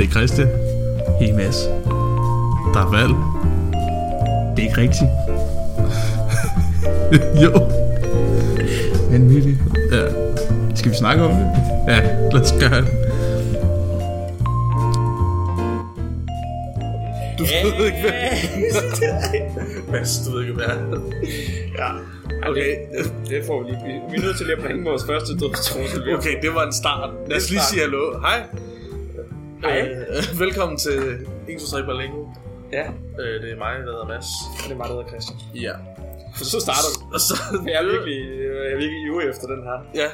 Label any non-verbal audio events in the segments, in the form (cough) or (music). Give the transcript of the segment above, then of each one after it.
er Christian. Hey Mads, Der er valg. det er ikke rigtigt. (laughs) jo. Vanvittigt. Ja. Skal vi snakke om det? ja, lad os gøre det. Du ved ikke, hvad... Mads, du ved ikke, hvad (laughs) Ja. Okay, det, det får vi lige. Vi, vi er nødt til lige at bringe vores første dødstrussel. ved. Okay, det var en start. Lad os lige sige hallo. Hej. Hej. Øh, velkommen til 1, 2, 3 Berlingo. Ja, Øh, det er mig, der hedder Mads. og det er mig, der hedder Christian. Ja. For så starter vi. Og så... Jeg er Mm. virkelig, øh, jeg er virkelig ivrig efter den her. Ja,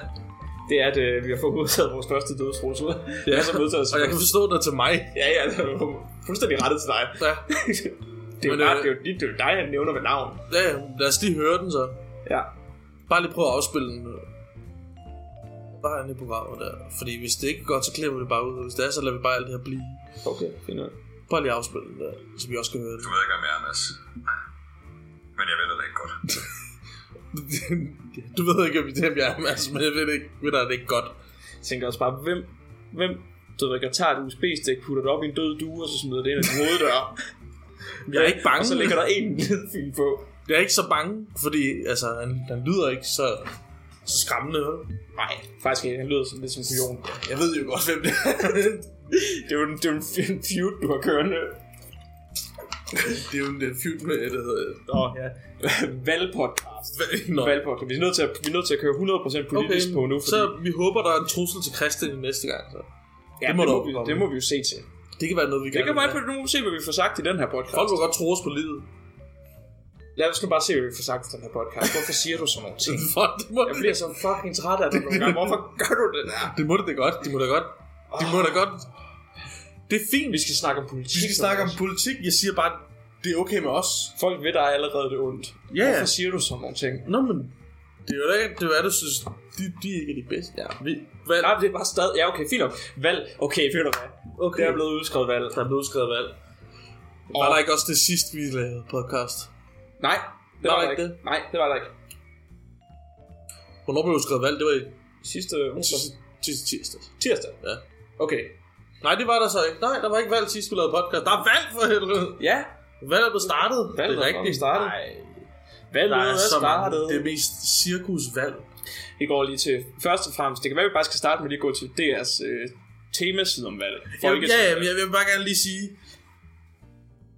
Det er, at øh, vi har fået modtaget vores første dødstrussel. ja. Ja. Og så modtaget Og jeg kan forstå dig til mig. Ja, ja, det var fuldstændig rettet til dig. (laughs) Ja. det er jo Men, bare, øh, det er jo dit- det er jo dig, han nævner ved navn. ja, lad os lige høre den så. Ja. Bare lige prøv at afspille den. Bare ind i programmet der. Fordi hvis det ikke er godt, så klipper vi det bare ud. Hvis det er, så lader vi bare alt det her blive. Okay, fint nok. Bare lige afspille den (laughs) der, så vi også kan høre det. Du ved ikke, om jeg er Mads. Men jeg ved det da ikke godt. du ved ikke, om det er, jeg er Mads, men jeg ved ikke, ved dig, er det ikke godt. Jeg tænker også bare, hvem, hvem du ved, ikke, der tager et USB-stik, putter det op i en død due, og så smider det ind ad din (laughs) hoveddør. Jeg er ikke bange. og så ligger der en (laughs) nedfilm på. Jeg er ikke så bange, fordi altså, han, han lyder ikke så, så skræmmende. vel? Nej, faktisk ikke. Han lyder sådan lidt som en kujon. Jeg ved jo godt, hvem det er. (laughs) Det er jo en, det er jo en f- en feud, du har kørende. det er jo en der feud med, det hedder... Nå, (laughs) ja. Valgpodcast. Nå. Valgpodcast. Vi er nødt til at, vi er nødt til at køre 100% politisk på nu. så vi håber, der er en trussel til Christian i næste gang. Så. ja, det må du det, må vi, opkomme. det må vi jo se til. Det kan være noget, vi Det gerne kan vil bare have. på, nu må vi se, hvad vi får sagt i den her Folk podcast. vil godt tro os på livet. Lad os nu bare se, hvad vi får sagt i den her podcast. Hvorfor siger du sådan nogle ting? Fuck, det må Jeg bliver så fucking træt af dig nogle gange. Hvorfor gør du det der? Det må det da godt. Det må da godt. Det må da godt. Det er fint, Vi skal snakke om politik. vi skal snakke om politik. Jeg siger bare, det er okay med os. Folk ved dig allerede det ondt. Ja. Hvorfor siger du sådan nogle ting? Nå, men det er jo da ikke, det er, du synes, de, de ikke er de bedste. Ja, vi, valg. Nej, Ah, det er bare stadig... Ja, okay, fint nok. Valg. Okay, ved du hvad? Okay. Der er blevet udskrevet valg. der er blevet udskrevet valg. Var der ikke også det sidste, vi lavede podcast? Nej, det var, Var der der ikke ikke. Nej, det var der ikke. Hvornår blev der udskrevet valg? Det var i Sidste onsdag. sidste- sidste tirsdag. Tirsdag. Ja. Okay. Nej, det var der så ikke. Nej, der var ikke valg sidst, vi lavede podcast. Der er valg for helvede. Ja. Valget blev startet. Valget det er rigtigt. startet. Nej. Valget er, er startet. mange. Det er mest cirkusvalg. Vi går lige til... Først og fremmest, det kan være, vi bare skal starte med lige at gå til DR's øh, temaside om valg. Jamen, ja, ja, men jeg vil bare gerne lige sige,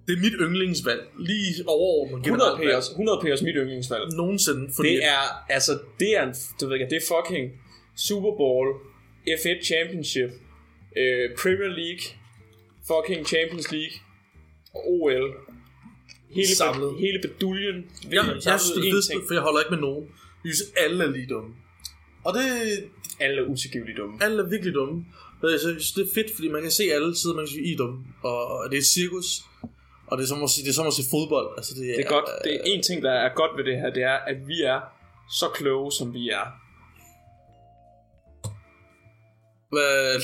det er mit yndlingsvalg. Lige overordnet. 100 generelt valg. Mm. p'ers, 100 p'ers mit yndlingsvalg. Nogensinde. Fordi Det er, altså, det er en, du ved ikke, det er fucking Super Bowl, F1 Championship, øh, Premier League, fucking Champions League, og OL. Hele, Samlet. Be, hele beduljen. jeg, jeg synes, det er en fedt, ting. for jeg holder ikke med nogen. Jeg synes, alle er lige dumme. Og det, Alle er utilgiveligt dumme. alle er virkelig dumme. Men Jeg synes, det er fedt, fordi man kan se alle sider, man kan sige, I er dumme. Og, og det er et cirkus. Og det er som at se, det er som at se fodbold. Altså, det, Det er godt, det er en ting, der er godt ved det her, det er, at vi er så kloge, som vi er. Hvad-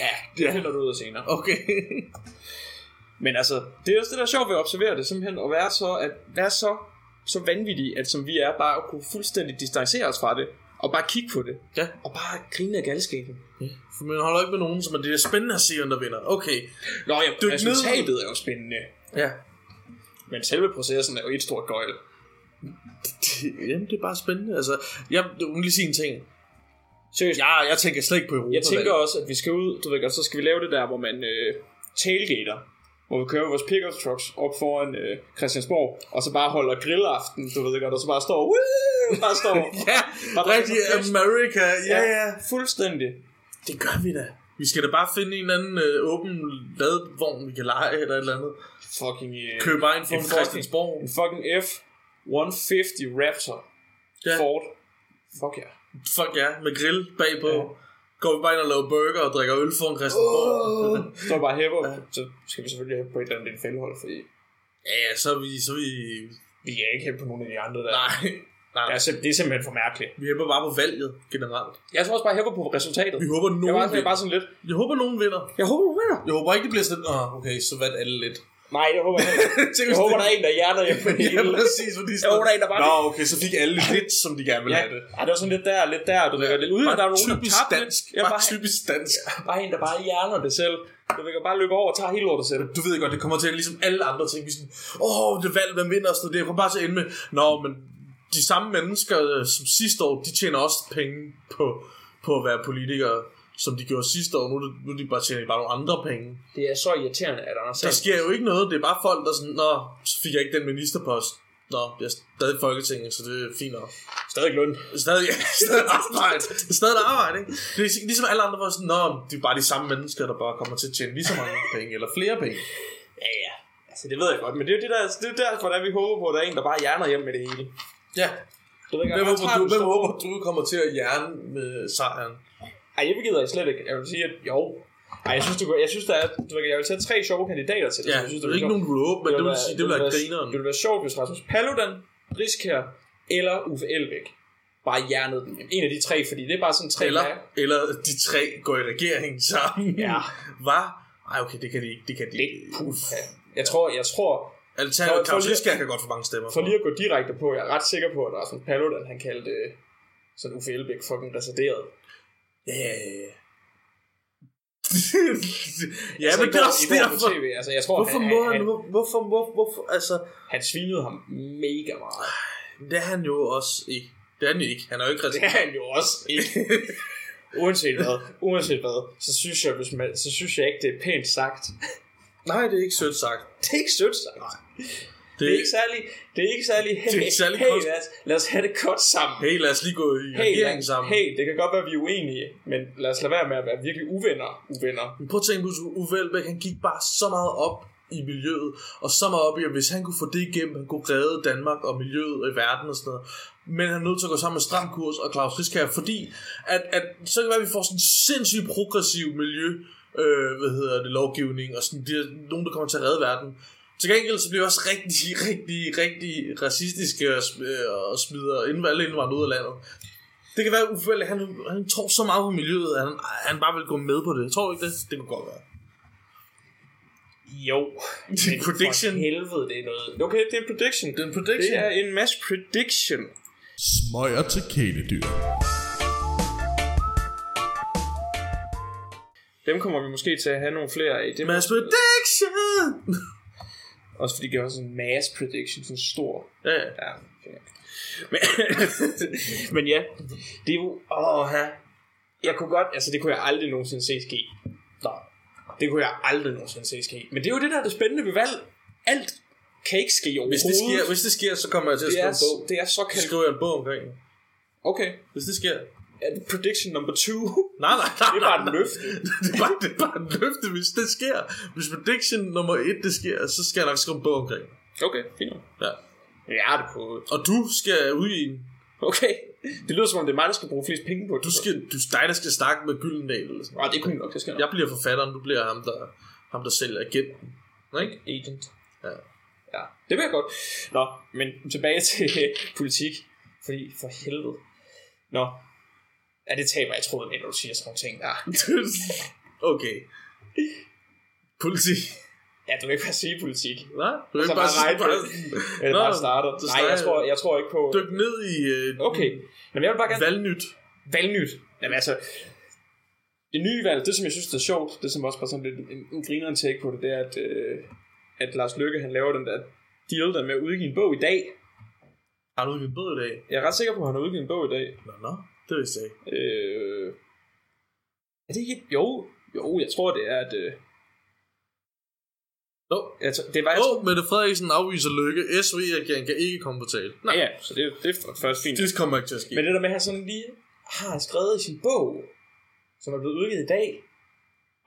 Ja, det finder du ud af senere. Okay. (laughs) Men altså, det er også det, der er sjovt ved at observere det, simpelthen at være så, at være så, så vanvittige, at som vi er, bare at kunne fuldstændig distancere os fra det, og bare kigge på det, ja. og bare grine af galskaben. For man holder ikke med nogen, som er det er spændende at se, hvem der vinder. Okay. Nå ja, Dyk resultatet er jo spændende, Ja. men selve processen er jo et stort gøjl. Det, jamen, det er bare spændende. Altså, jeg vil lige sige en ting. Seriøst, jeg, Jeg, jeg tænker slet ikke på Europa. jeg tænker også, at vi skal ud, du ved godt, så skal vi lave det der, hvor man øh, tailgater, hvor vi kører vores pickup trucks op foran øh, Christiansborg, og så bare holder grillaften, du ved godt, og så bare står, "Woo!" bare (laughs) står, Ja, Bare rigtig rigtig America. Ja, ja. fuldstændig. Det gør vi da. Vi skal da bare finde en eller anden øh, åben ladvogn, vi kan lege eller et eller andet. Fucking øh, Købe bare en form en for Christiansborg. En fucking F-150 Raptor Ja, ja. Ford. Fuck ja. fuck ja, med grill bagpå. Ja. Går vi bare ind og laver burger og drikker øl foran Christiansborg. Oh. Så bare hæpper, ja. så skal vi selvfølgelig hæppe på et eller andet en fældehold, fordi (laughs) ja, ja, så er vi... Så er vi... vi kan ikke hæppe på nogen af de andre der. Nej. Nej, Det nej. er, sim- det er simpelthen for mærkeligt. Vi hjælper bare på valget generelt. Jeg tror også bare, jeg hæpper på resultatet. Vi håber, jeg nogen var, jeg vinder. bare sådan lidt. Jeg håber, nogen vinder. Jeg håber, du vinder. Jeg håber ikke, det bliver sådan, åh, okay, så vandt alle lidt. Nej, det håber jeg ikke. Tænk, Jeg hvis håber, det- der er en, der hjerner jer på det (laughs) Ja, hele. præcis, fordi Jeg håber, der er en, der bare... Nå, okay, så fik alle lidt, som de gerne ville Ja, have det. Ej, det var sådan lidt der, lidt der, du ved, lidt ude, Bare og der er nogen, der typisk tabte lidt. dansk. Ja, bare, bare, typisk dansk. bare en, der bare hjerner det selv. Du ved, bare løbe over og tager hele lortet selv. Du ved godt, det kommer til at ligesom alle andre ting. Vi er sådan, åh, oh, det valg, hvem vinder og sådan noget. Det kommer bare til at ende med, nå, men de samme mennesker øh, som sidste år, de tjener også penge på, på at være politikere, som de gjorde sidste år. Nu, er det- nu er de bare tjener de bare nogle andre penge. Det er så irriterende, at Anders Der Sand- sker jo ikke noget. Det er bare folk, der er sådan, nå, så fik jeg ikke den ministerpost. Nå, jeg er stadig i Folketinget, så det er fint nok. stadig løn. Stadig, (laughs) stadig arbejde. Stadig arbejde, ikke? Det er ligesom alle andre, hvor sådan, Nå, det er bare de samme mennesker, der bare kommer til at tjene lige så mange penge, eller flere penge. Ja, ja. Altså, det ved jeg godt, men det er jo det der, det er derfor, der vi håber på, at der er en, der bare hjerner hjem med det hele. Ja. Du ved, ikke, Hvem jeg håber, tager du, den hvem store- håber du kommer til at hjerne med sejren? Ej, jeg gider slet ikke. Jeg vil sige, at jo. Ej, jeg synes, du, jeg synes, der er, du ved, jeg vil tage tre sjove kandidater til det. Ja, jeg synes, det er ikke sjovt. nogen, du vil håbe, men det vil være- sige, det vil være være- grineren. Det vil være sjovt, hvis Rasmus Paludan, Riskær eller Uffe Elbæk bare hjernede den. En af de tre, fordi det er bare sådan tre Eller, mær- eller de tre går i regering sammen. Ja. Hvad? Ej, okay, det kan de ikke. Det kan de Det, ikke. puff. Jeg tror, jeg tror, Alternativt, For- for Claus lige- Riskær kan godt få mange stemmer. for lige at gå direkte på, jeg er ret sikker på, at Rasmus Paludan, han kaldte øh, sådan Uffe Elbæk fucking reserveret. Ja, ja, ja. ja, Altså, men i det er går- også i går på derfor. TV, altså, jeg tror, Hvorfor han, må han, han, han, hvor- hvorfor, hvor, hvorfor, altså, han svinede ham mega meget. det er han jo også ikke. Det er han jo ikke. Han er jo ikke Det rigtig. er han jo også (laughs) ikke. Uanset hvad, uanset hvad, så synes jeg, hvis man, så synes jeg ikke, det er pænt sagt. Nej, det er ikke sødt sagt. Det er ikke sødt sagt. Nej. Det, Det er ikke særlig, det er ikke særlig, hey, er ikke særlig hey kost- lad, os, lad os have det godt sammen. Hey, lad os lige gå i hey, lad, regeringen sammen. Hey. hey, det kan godt være, vi er uenige, men lad os lade være med at være virkelig uvenner. uvenner. Prøv at tænke på, at Uffe Elbæk, han gik bare så meget op i miljøet, og så meget op i, at hvis han kunne få det igennem, han kunne redde Danmark og miljøet og i verden og sådan noget. Men han er nødt til at gå sammen med Stram Kurs og Claus Riskær, fordi at, at, så kan det være, at vi får sådan en sindssygt progressiv miljø, øh, hvad hedder det, lovgivning, og sådan, det er nogen, der kommer til at redde verden. Til gengæld så bliver vi også rigtig, rigtig, rigtig racistiske og, sm- øh, og smider ind- alle indvandrere ud af landet. Det kan være, at Uffe Elbæk, han, han tror så meget på miljøet, at han, han bare vil gå med på det. Tror du ikke det? Det kunne godt være. Jo. Det er en prediction. For helvede, det er noget. Okay, det er en prediction. Det er en prediction. Det er en mass prediction. Smøger til kæledyr. Dem kommer vi måske til at have nogle flere af. Det Mass prediction! Også fordi det er også en mass prediction, sådan stor. ja, ja. Ja, okay. men, (laughs) men ja, det er jo... Åh, ja. Jeg kunne godt... Altså, det kunne jeg aldrig nogensinde se ske. Nej. Det kunne jeg aldrig nogensinde se ske. Men det er jo det, der er det spændende ved valg. Alt kan ikke ske Hvis overhovedet. det, sker, hvis det sker, så kommer jeg til at det, skrive er, en bog. det er så Så kaldt... skriver jeg en bog omkring det. Okay. Hvis det sker. Er det prediction number two? (laughs) Nej, nej, nej. Det er bare en nej, nej. (laughs) løfte. det, er bare, det er bare en løfte, hvis det sker. Hvis prediction nummer et, det sker, så skal jeg nok skrive en bog omkring det. Okay, fint. nok. Ja. Ja, det kunne... Og du skal ud i en. Okay. Det lyder som om, det er mig, der skal bruge flest penge på det. Du skal, du, dig, der skal snakke med Gyldendal. Eller sådan. Nej, det kunne nok, det skal nok. Jeg bliver forfatteren, du bliver ham, der, ham, der sælger agenten. Ikke? Agent. Ja. Ja, det vil jeg godt. Nå, men tilbage (laughs) til øh, politik. Fordi for helvede. Nå. Ja, det taber jeg troede, når du siger sådan nogle ting. (laughs) Ja, okay. Politik. ja du vil ikke bare sige politik. Nej, Altså, du kan Så ikke bare bare, sige- regne med bare, Ja, det Nå, bare startet. så Nej, jeg starter- tror, jeg tror ikke på... dykke ned i øh, Okay. Nå, Men jeg vil bare gerne... valgnyt. Valgnyt. Jamen altså... Det nye valg, det som jeg synes der er sjovt, det som også var sådan lidt en, en grineren take på det, det er, at, øh, at Lars Løkke, han laver den der deal der med at udgive en bog i dag. Har du udgivet bød i dag? Jeg er ret sikker på, at han har udgivet en bog i dag. Nå, nå, det vidste jeg ikke. Øh, er det ikke... Jo, jo, jeg tror, det er, at... Øh, Nå, jeg tror, det var... Åh, oh, Mette Frederiksen afviser lykke. SV-regeringen kan ikke komme på tale. nej, ja, så det, det er først fint. Det kommer ikke til at ske. Men det der med, at han sådan lige har skrevet i sin bog, som er blevet udgivet i dag,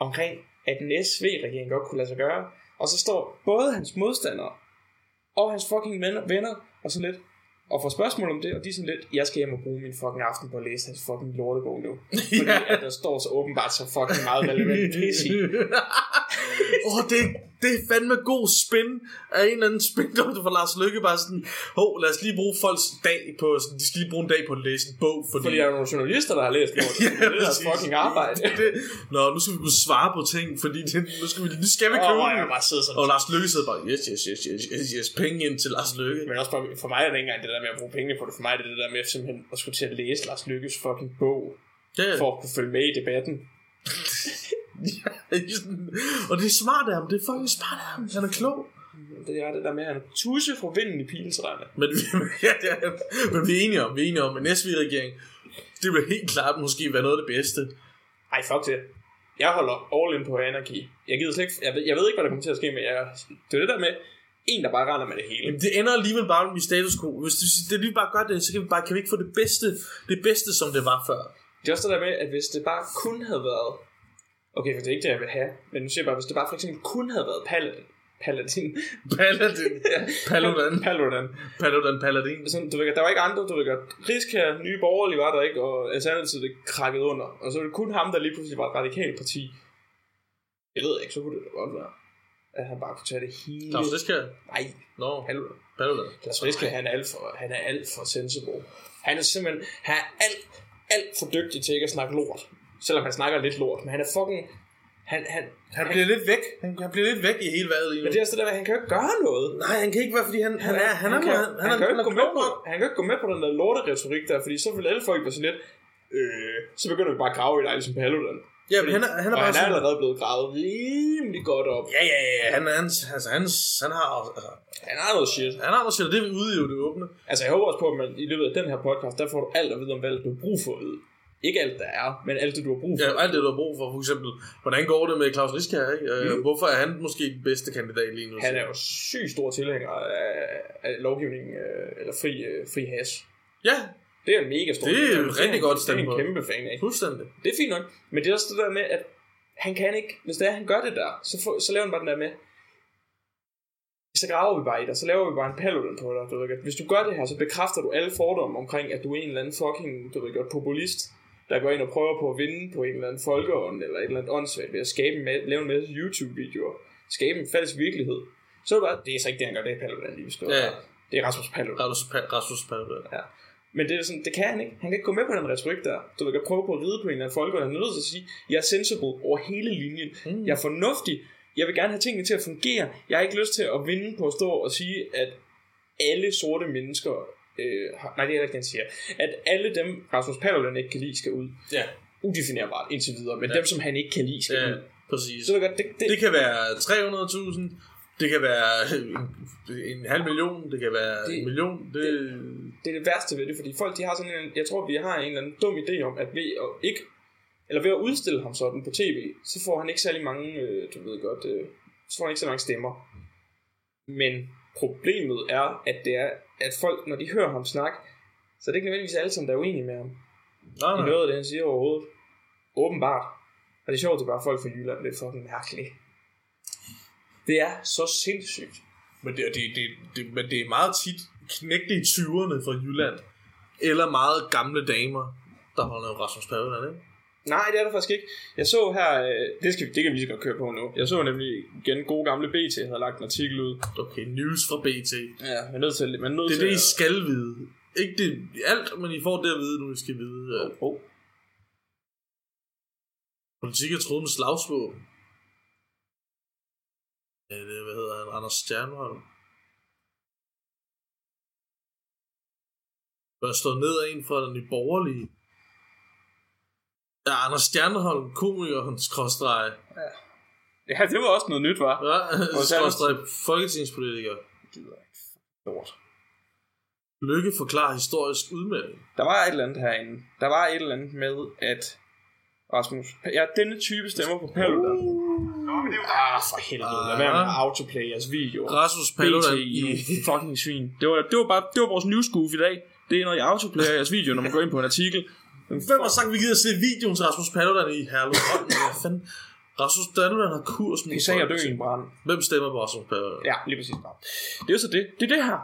omkring, at en SV-regering godt kunne lade sig gøre, og så står både hans modstandere og hans fucking venner, venner og sådan lidt, og får spørgsmål om det, og de er sådan lidt, jeg skal hjem og bruge min fucking aften på at læse hans fucking lortebog (laughs) nu. Fordi Ja. at der står så åbenbart så fucking meget relevant pis i. (laughs) Åh, oh, det, det er fandme god spin af en eller anden spindoktor for Lars Lykke, bare sådan, hov, lad os lige bruge folks dag på, sådan, de skal lige bruge en dag på at læse en bog, fordi... Fordi der er nogle journalister, der har læst bogen. Ja, (laughs) det er deres præcis. fucking (laughs) arbejde. det, nå, nu skal vi kunne svare på ting, fordi det, nu skal vi, nu skal vi Åh, købe hvor den. jeg bare sidder sådan. Og Lars Lykke sidder bare, yes, yes, yes, yes, yes, yes, penge ind til Lars Lykke. Men også for, for mig er det ikke engang det der med at bruge penge på det. For mig er det det der med simpelthen at skulle til at læse Lars Lykkes fucking bog. Ja, For at kunne følge med i debatten. (laughs) ja, sådan. og det er smart af ham, det er fucking smart af ham, han er klog. Det er det der med, at han er tusse for vinden i pilsrende. Men vi, (laughs) ja, det er, men vi er enige om, vi er enige om, at en SV-regering, det vil helt klart måske være noget af det bedste. Ej, fuck det. Jeg holder all in på anarki. Jeg, gider slet ikke, jeg, ved, jeg ved ikke, hvad der kommer til at ske, men jeg, det er det der med, en der bare render med det hele. Jamen, det ender alligevel bare med status quo. Hvis det, det lige bare gør det, så kan vi, bare, kan vi ikke få det bedste, det bedste, som det var før. Det er også det der med, at hvis det bare kun havde været... Okay, for det er ikke det, jeg vil have. Men nu siger jeg bare, hvis det bare for eksempel kun havde været Paladin. Paladin. (laughs) Paladin. Paludan. Paladin. Paludan Paladin. Sådan, Altså, du ved, godt, der var ikke andre, du ved, godt. Risk her, nye borgerlige var der ikke, og alternativet det krakkede under. Og så var det kun ham, der lige pludselig var et radikalt parti. Jeg ved ikke, så kunne det da godt være, at han bare kunne tage det hele. Nå, så det skal Nej, Nå, Paludan. Paludan. Lars Riske, han er alt for, han er alt for sensible. Han er simpelthen, han er alt, alt for dygtig til ikke at snakke lort. Selvom han snakker lidt lort, men han er fucking, han, han, Han bliver lidt væk. Han, han bliver lidt væk i hele vejret lige nu. men det er også det der, med, at han kan jo ikke gøre noget. Nej, han kan ikke være, fordi han, han er... Han, er, kan, meget- han, kan jo ikke gå med klog på, nok. han kan jo ikke gå med på den der lorte retorik der, fordi så vil alle folk være sådan lidt, øh, så begynder vi bare at grave i dig, ligesom Paludan. Ja, men han er, han er og bare han er sådan... allerede blevet gravet rimelig godt op. Ja, ja, ja. Han, er, han, altså, han, han har... Altså, Han er noget shit. han har noget shit, og det er vi ude i jo det åbne. Altså, jeg håber også på, at man, i løbet af den her podcast, der får du alt at vide om, hvad du har brug for at vide. Ikke alt, der er, men alt det, du har brug for. Ja, alt det, du har brug for, for eksempel, hvordan går det med Claus Riskær, ikke? Mm. Hvorfor er han måske den bedste kandidat lige nu? Han er jo sygt stor tilhænger af, af lovgivningen, øh, eller fri, øh, fri hash. Ja, Det er en mega stor Det er tilhænger. et rigtig en- godt Det er standpunkt. en kæmpe fan af. fuldstændig. Det er fint nok. Men det er også det der med, at han kan ikke, hvis det er, han gør det der, så, får, så laver han bare den der med, så graver vi bare i dig, så laver vi bare en paludan på dig, du ved godt. Hvis du gør det her, så bekræfter du alle fordomme omkring, at du er en eller anden fucking, du ved godt, populist, der går ind og prøver på at vinde på en eller anden folkeånd, eller et eller andet åndssvagt, ved at skabe en, ma- lave en masse YouTube-videoer, skabe en falsk virkelighed. Så er det bare, det er så ikke det, han gør, det er paludan, lige skal Ja. Det er Rasmus Paludan. Rasmus, Pa- Rasmus Paludan. Ja. Men det er sådan, det kan han ikke. Han kan ikke gå med på den retorik der. Du kan prøve på at ride på en eller anden folk, og han er nødt til at sige, jeg er sensible over hele linjen. Mm. Jeg er fornuftig. Jeg vil gerne have tingene til at fungere. Jeg har ikke lyst til at vinde på at stå og sige, at alle sorte mennesker... Øh, har- nej, det er ikke, det, han siger. At alle dem, Rasmus Paludan ikke kan lide, skal ud. Ja, Udefinerbart indtil videre, men ja. dem, som han ikke kan lide, skal ja. ja ud. præcis. Så det, det, det, Det kan være 300.000, det kan være en, en halv million, det kan være det, en Det- million. Det, det er det værste ved det, fordi folk de har sådan en, jeg tror vi har en eller anden dum idé om, at ved at ikke, eller ved at udstille ham sådan på tv, så får han ikke særlig mange, øh, du ved godt, øh, så får han ikke så mange stemmer. Men problemet er, at det er, at folk, når de hører ham snakke, så er det ikke nødvendigvis alle sammen, der er uenige med ham. nej, I nej. noget af det, han siger overhovedet. Åbenbart. Og det er sjovt, at det er bare folk fra Jylland, det er fucking mærkeligt. Det er så sindssygt. Men, det, det, det, det, men det er meget tit knægte i 20'erne fra Jylland, eller meget gamle damer, der holder Rasmus Paludan, ikke? Nej, det er der faktisk ikke. Jeg så her, øh, det, skal, vi- det kan vi lige så godt køre på nu. Jeg så nemlig igen gode gamle BT, havde lagt en artikel ud. Okay, news fra BT. Ja. Man er nødt til, man er nødt Det er til det, I at- skal vide. Ikke det, alt, men I får det at vide, nu I skal vide. øh, Åh, Politik er troet med slagsvåben. Ja, det, hvad hedder han? Anders Stjernholm. Bør stå ned af en fra den nye borgerlige. Ja, Anders Stjernholm, komikeren, skråstreg. Ja, det var også noget nyt, var. Ja, så er der- skråstreg, folketingspolitiker. Lort. Lykke forklarer historisk udmelding. Der var et eller andet herinde. Der var et eller andet med, at Rasmus, ja, denne type stemmer på Paludan. Ah, for helvede, lad være med at autoplay jeres videoer. Ah. Rasmus Paludan Paludan BT, i... (laughs) I fucking svin. Det var, det var bare det var vores newsgoof i dag. Det er, når I autoplayer jeres video, når man går ind på en artikel. Hvem har sagt, at vi gider se videoen til Rasmus Paludan i Herlevholm? Hvad fanden? Rasmus Paludan har kurs mod I sag og dø i Folketinget. en brand. Hvem stemmer på Rasmus Paludan? Ja, lige præcis. Nå. Det er jo så det. Det er det her.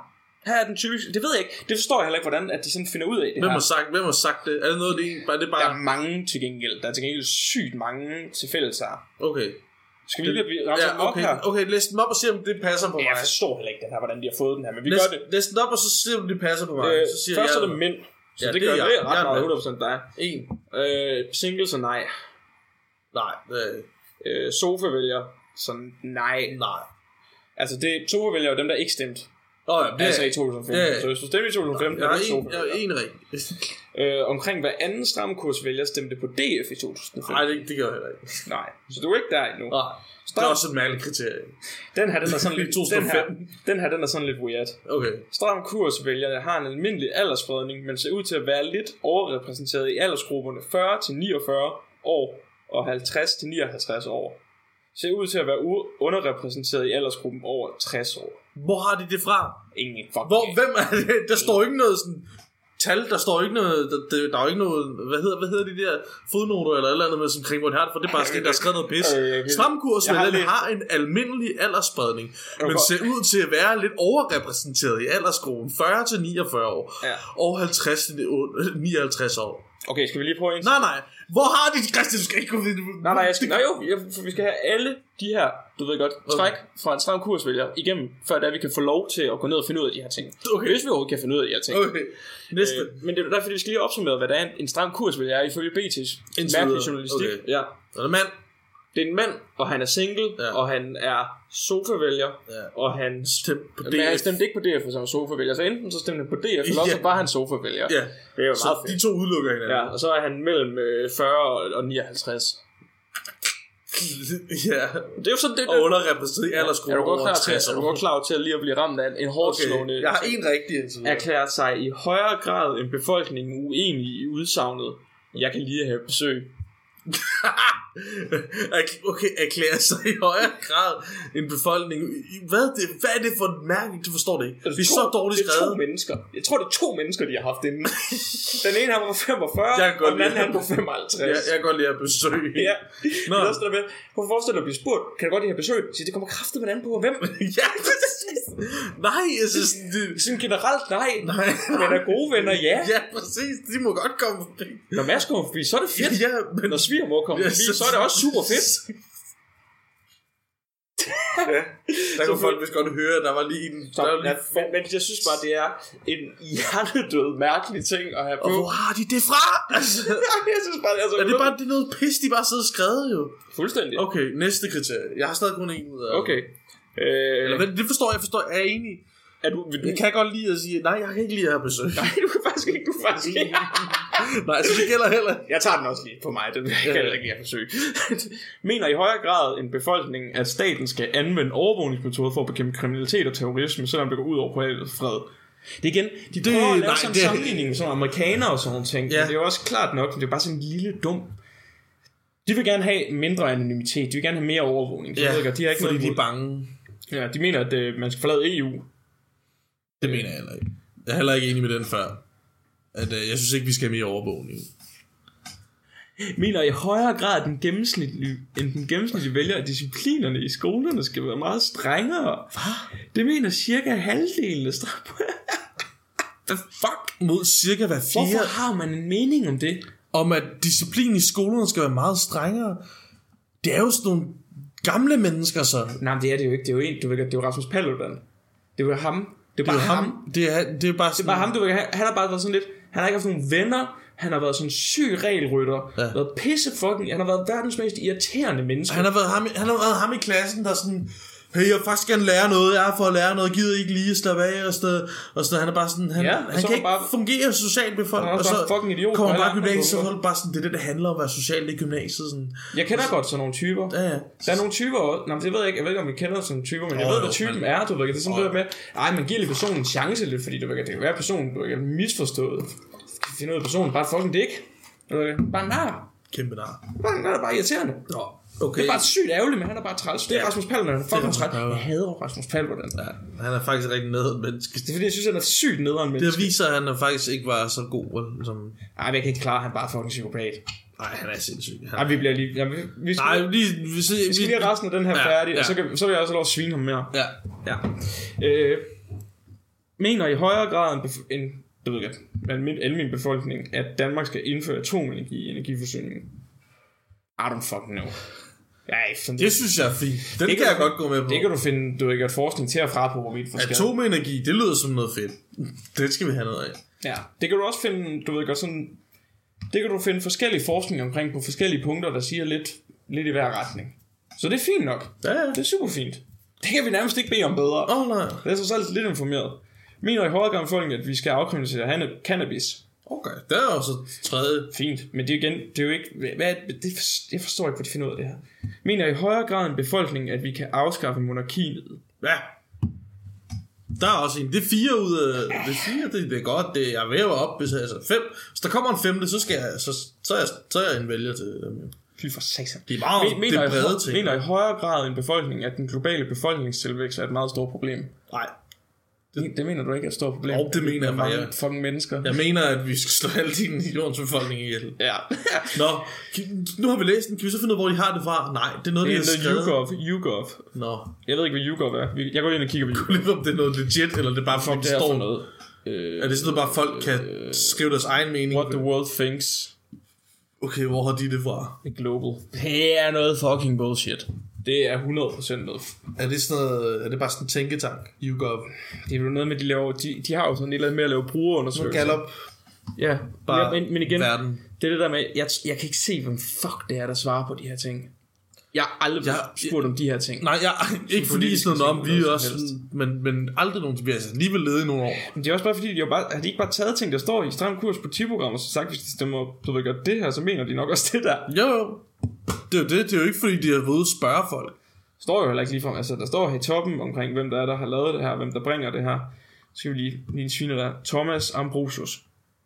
Her er den typiske... Det ved jeg ikke. Det forstår jeg heller ikke, hvordan at de sådan finder ud af det Hvem her. har sagt, hvem har sagt det? Er det noget, det er, bare, det er Der bare... er mange til gengæld. Der er til gengæld sygt mange til fælles her. Okay. Skal vi lige blive ramt Ja, ja, okay. okay, her? okay, læs den op og se, om det passer på Jeg mig. forstår heller ikke den her, hvordan de har fået den her, men vi Læs, gør det. læs den op, og så se, om det passer på mig. Øh, så siger først jeg, er det mænd, så Ja, det, det gør er det jeg. ret Jeg er meget mand. 100% dig. En. Øh, singles er nej. Nej, øh, Øh, sofa vælger, så nej. nej. Altså, det, sofa vælger er jo dem, der ikke stemte. Åh, ja, det, Det, altså i 2015. det er- så hvis du stemte i 2015, jeg er er det en, sofa jeg er vælger. en ring. (laughs) Øh, omkring hver anden stramkurs vælger stemte på DF i 2015. Nej, det, det gør jeg heller ikke. Nej, så du er ikke der endnu. Nej. Det er også et mærkeligt kriterie. Den her, den er (laughs) sådan lidt... den, her, 2015. den her, den er sådan lidt weird. Okay. Stram kurs vælgerne har en almindelig aldersspredning, men ser ud til at være lidt overrepræsenteret i aldersgrupperne 40-49 år og 50-59 år. Ser ud til at være u- underrepræsenteret i aldersgruppen over 60 år. Hvor har de det fra? Ingen fucking Hvor, anelse. hvem er det? Der står ikke noget sådan tal, der står ikke noget, der, der, der er jo ikke noget, hvad hedder, hvad hedder de der fodnoter eller et eller andet med sådan kring, hvor det har det, for det er bare sådan, en, der er skrevet noget pis. Øh, jeg kan- Stramkurs jeg har har, læst- har en almindelig aldersspredning, men Okay. ser ud til at være lidt overrepræsenteret i aldersgruppen 40-49 år Ja. og 50-59 år. Okay, skal vi lige prøve en? Nej, nej. Hvor har de, Christian, du skal ikke gå videre. Nej, nej, jeg skal, nej jo, jeg, for vi skal have alle de her, du ved godt, træk fra en stram kursvælger igennem, før da vi kan få lov til at gå ned og finde ud af de her ting. Okay. Hvis vi overhovedet kan finde ud af de her ting. Okay, næste. Øh, men det er derfor, vi skal lige opsummere, hvad der er en, en stram kursvælger er ifølge BT's Indtil mærkelig videre. journalistik. Okay. Ja. Så er det mand. Det er en mand, og han er single, ja. Ja. og han er sofavælger, Ja. og han... Stem på Men han DF. stemte ikke på DF, hvis han var sofavælger. Så enten så stemte han på DF, eller Ja. også så var han sofavælger. Ja, Det er jo så meget de fedt. to udelukker hinanden. Ja, og så er han mellem øh, 40 og- og 59. (laughs) ja. Det er jo sådan, det, Og det, underrepræsenteret i er aldersgruppen du godt over klar til, 60 er du år. godt klar til at lige at blive ramt af en, en hårdt slående... Okay, jeg har en rigtig indtil videre. erklærer sig i højere grad end befolkningen uenig i udsagnet. Jeg kan lige have besøg. Erk- okay, erklærer sig i højere grad end befolkningen. I- Hvad er det, hvad er det for en mærkning? Du forstår det ikke. Vi er så dårligt Det er skrevet. to mennesker. Jeg tror, det er to mennesker, de har haft (laughs) inden. den ene han var 45, Jeg kan og godt den anden lide- han på 55. Ja, jeg kan godt lide at besøge. Ja, Nå. Nå. Det er også det der med, hvorfor forestiller du at blive spurgt, kan du godt lide at have besøg? Sige, det kommer kraftigt med an på, hvem? (laughs) ja (laughs) præcis. Nej, jeg synes, det... Sådan generelt, nej. Nej. Men er gode venner, ja. Ja, præcis. De må godt komme forbi. Når Mads kommer forbi, så er det fedt. Ja, men... Når svigermor kommer Ja, forbi, så- så er det også super fedt. Der kunne folk vist godt høre, at der var lige en... Så, Der var ja, lige... men, men jeg synes bare, det er en hjertedød mærkelig ting at have Og på. hvor har de det fra? Altså, (laughs) jeg synes bare, det er så er det bare det er noget pis, de bare sidder og skrevet jo? Fuldstændig. Okay, næste kriterie. Jeg har stadig kun en ud af... Okay. Øh, Eller, vent, det forstår jeg, forstår jeg. Er jeg enig? er du, vil du, Jeg kan godt lide at sige, nej, jeg kan ikke lide at have besøg. Nej, du kan faktisk ikke, du kan faktisk ikke. (laughs) nej, så det gælder heller ikke. Jeg tager den også lige på mig, den kan jeg ikke lige forsøge. (laughs) Mener i højere grad end befolkningen, at staten skal anvende overvågningsmetoder for at bekæmpe kriminalitet og terrorisme, selvom det går ud over privat fred. Det er igen, de det, prøver at lave nej, sådan en det- sammenligning med sådan amerikanere og sådan nogle ting, Ja. ja. det er jo også klart nok, men det er bare sådan en lille dum... De vil gerne have mindre anonymitet, de vil gerne have mere overvågning. Ja, ved godt, de har ikke fordi noget de imod- er bange. Ja, de mener, at øh, man skal forlade EU. Det mener jeg heller ikke. Jeg er heller ikke enig med den før. At, øh, jeg synes ikke, vi skal have mere overvågning. mener i højere grad den gennemsnitlige, end den gennemsnitlige vælger, at disciplinerne i skolerne skal være meget strengere. Hvad? Det mener cirka halvdelen af (laughs) straf. The fuck? Mod cirka hver fjerde, Hvorfor har man en mening om det? om at disciplinen i skolerne skal være meget strengere. Det er jo sådan nogle gamle mennesker, så. Nej, men det er det jo ikke. Det er jo en, du ved godt, det er jo Rasmus Paludan. Det er jo ham. Det er Det bare er jo ham. ham. Det er, det er bare sådan, Det er bare ham, du ved, han, han har bare været sådan lidt, han har ikke haft nogen venner, han har været sådan en syg regelrytter, ja. været pisse fucking, han har været verdens mest irriterende menneske. Han har været ham, i- han har været ham i klassen, der sådan, hey, jeg vil faktisk gerne lære noget, jeg er for at lære noget, gider I ikke lige at slappe af, og sådan, noget?" og sådan, noget. han er bare sådan, han, Ja, ja, og så han er kan han ikke bare- bare, fungere socialt med folk, Han er og også så bare fucking idiot på kommer alle bare andre gymnasiet, så punkter. er det bare sådan, det er det, der handler om at være socialt i gymnasiet, sådan, Jeg kender godt sådan nogle typer. ja, ja. Der er nogle typer også. Nå, men det ved jeg ikke. Jeg ved ikke, om vi kender sådan nogle typer, men jeg Åh, ved, jo, hvad typen men- er, du ved. ikke. Det er sådan noget med, ej, man giver lige personen en chance lidt, fordi du ved, ikke, det kan være, at personen du ved, ikke, er misforstået. Jeg kan finde ud af at personen, bare er et fucking dick. Du ved, ikke, bare en nar. kæmpe nar. Bare en nar, der er bare irriterende. Nå, Det okay. er bare sygt ærgerligt, men han er bare træls. Det er Rasmus Paludan, han er fucking Rasmus træls. Paludan. Jeg hader Rasmus Paludan. Det Han er faktisk rigtig nede menneske. er fordi, jeg synes, han er sygt nederen Det menneske. viser, at han er faktisk ikke var så god, vel, som... Ej, men jeg kan ikke klare, at han er bare er fucking psykopat. Nej, han er sindssyg. Han... Ej, vi bliver lige... Jamen, vi, vi skal, Nej, Ej, lige... Vi, vi, vi skal lige have resten af den her Ja, færdig, og ja. så, kan, så vil jeg også have lov at svine ham mere. Ja. Ja. Øh, mener i højere grad end, bef- end det ved jeg, almindelig, almindelig befolkning, at Danmark skal indføre atomenergi i energiforsyningen? I don't fucking know. Nej, sådan Det synes jeg er fint. Den det kan jeg du, godt gå med på. Det kan du finde, du har gjort forskning til og fra på, hvorvidt forskelligt. Atomenergi, det lyder som noget fedt. Det skal vi have noget af. Ja, det kan du også finde, du ved godt sådan, det kan du finde forskellige forskning omkring på forskellige punkter, der siger lidt, lidt i hver retning. Så det er fint nok. Ja, ja. Det er super fint. Det kan vi nærmest ikke bede om bedre. Åh, oh, nej. Det er så selv lidt informeret. Mener i højere grad befolkningen, at vi skal afkriminalisere hanne- cannabis. Okay, der er også tredje. Fint, men det er igen, det er jo ikke, hvad, det, for, jeg forstår ikke, hvor de finder ud af det her. Mener i højere grad end befolkningen, at vi kan afskaffe monarkiet. Ja. Der er også en. Det er fire ud af... Det er fire, det, det er godt. Det, jeg væver op, hvis jeg altså fem. Hvis der kommer en femte, så skal jeg... Så, så, er, jeg, så er jeg en vælger til dem. Fy for satan. Det er meget Men- det er i høj- brede ting. Mener i højere grad end befolkningen, at den globale befolkningstilvækst er et meget stort problem. Nej. Det, det mener du ikke er et stort problem? Jo, det mener jeg, Mange ja. fucking mennesker. Jeg mener, at vi skal slå halvdelen i jordens befolkning ihjel. ja. Nå, kan- nu har vi læst den. Kan vi så finde ud af, hvor de har det fra? Nej, det er noget, (laughs) Det er de har noget skrevet. YouGov, YouGov. Nå, Jeg ved ikke, hvad YouGov er. Vi- Jeg går lige ind og kigger på YouGov. lidt om det er noget legit, eller det er bare folk, Det der er står for noget. noget. Øh, Er det sådan noget, bare folk kan skrive deres egen mening? What the world thinks Okay, hvor har de det fra? the global. Det er noget fucking bullshit. Det er 100% noget. Er det sådan noget, er det bare sådan en tænketank? YouGov? Det er jo noget med, at de, laver, de, de har jo sådan et eller andet med at lave brugerundersøgelser. Gallup? Ja, Bare ja men, men igen, verden. det er det der med, jeg, jeg kan ikke se, hvem fuck det er, der svarer på de her ting. Jeg har aldrig Jeg- spurgt om de her ting. Nej, jeg, (laughs) ikke fordi politiske sådan noget om, ting, vi er noget også, som helst. sådan- men, men aldrig nogen, vi har altså alligevel ledet i nogle år. Men det er også bare fordi, de har, bare, har de ikke bare taget ting, der står i stram kurs på 10 programmer, så sagt, hvis de stemmer, du ved godt det her, så mener de nok også det der. Jo, jo. Det er jo det, det er jo ikke fordi, de har været ude og spørge folk. Står jo heller ikke ligefrem, altså der står her i toppen omkring, hvem der er, der har lavet det her, hvem der bringer det her. Så skal vi lige, lige en sviner der. Thomas Ambrosius.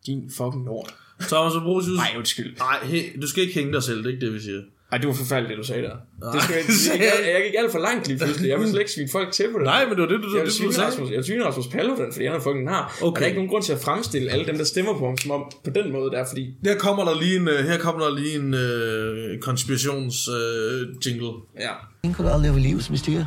Din fucking lort. Thomas Ambrosius. Nej, undskyld. Nej, hey, du skal ikke hænge dig selv, det er ikke det, vi siger. Ej, det var forfærdeligt, det du sagde der. Det skal (laughs) jeg, Nej, ikke- jeg, gik alt- jeg, gik alt for langt lige pludselig. Jeg vil slet ikke svine folk til på det. Nej, men det var det, du, Jeg det, vil du svine sagde. Rasmus, jeg vil svine Rasmus Paludan, fordi han er fucking nar. Okay. Og Okay. der er ikke nogen grund til at fremstille alle dem, der stemmer på ham, som om på den måde der, fordi... Her kommer der lige en, øh, her kommer der lige en øh, konspirations øh, jingle. Ja. Ingen kunne aldrig leve livets mysterier.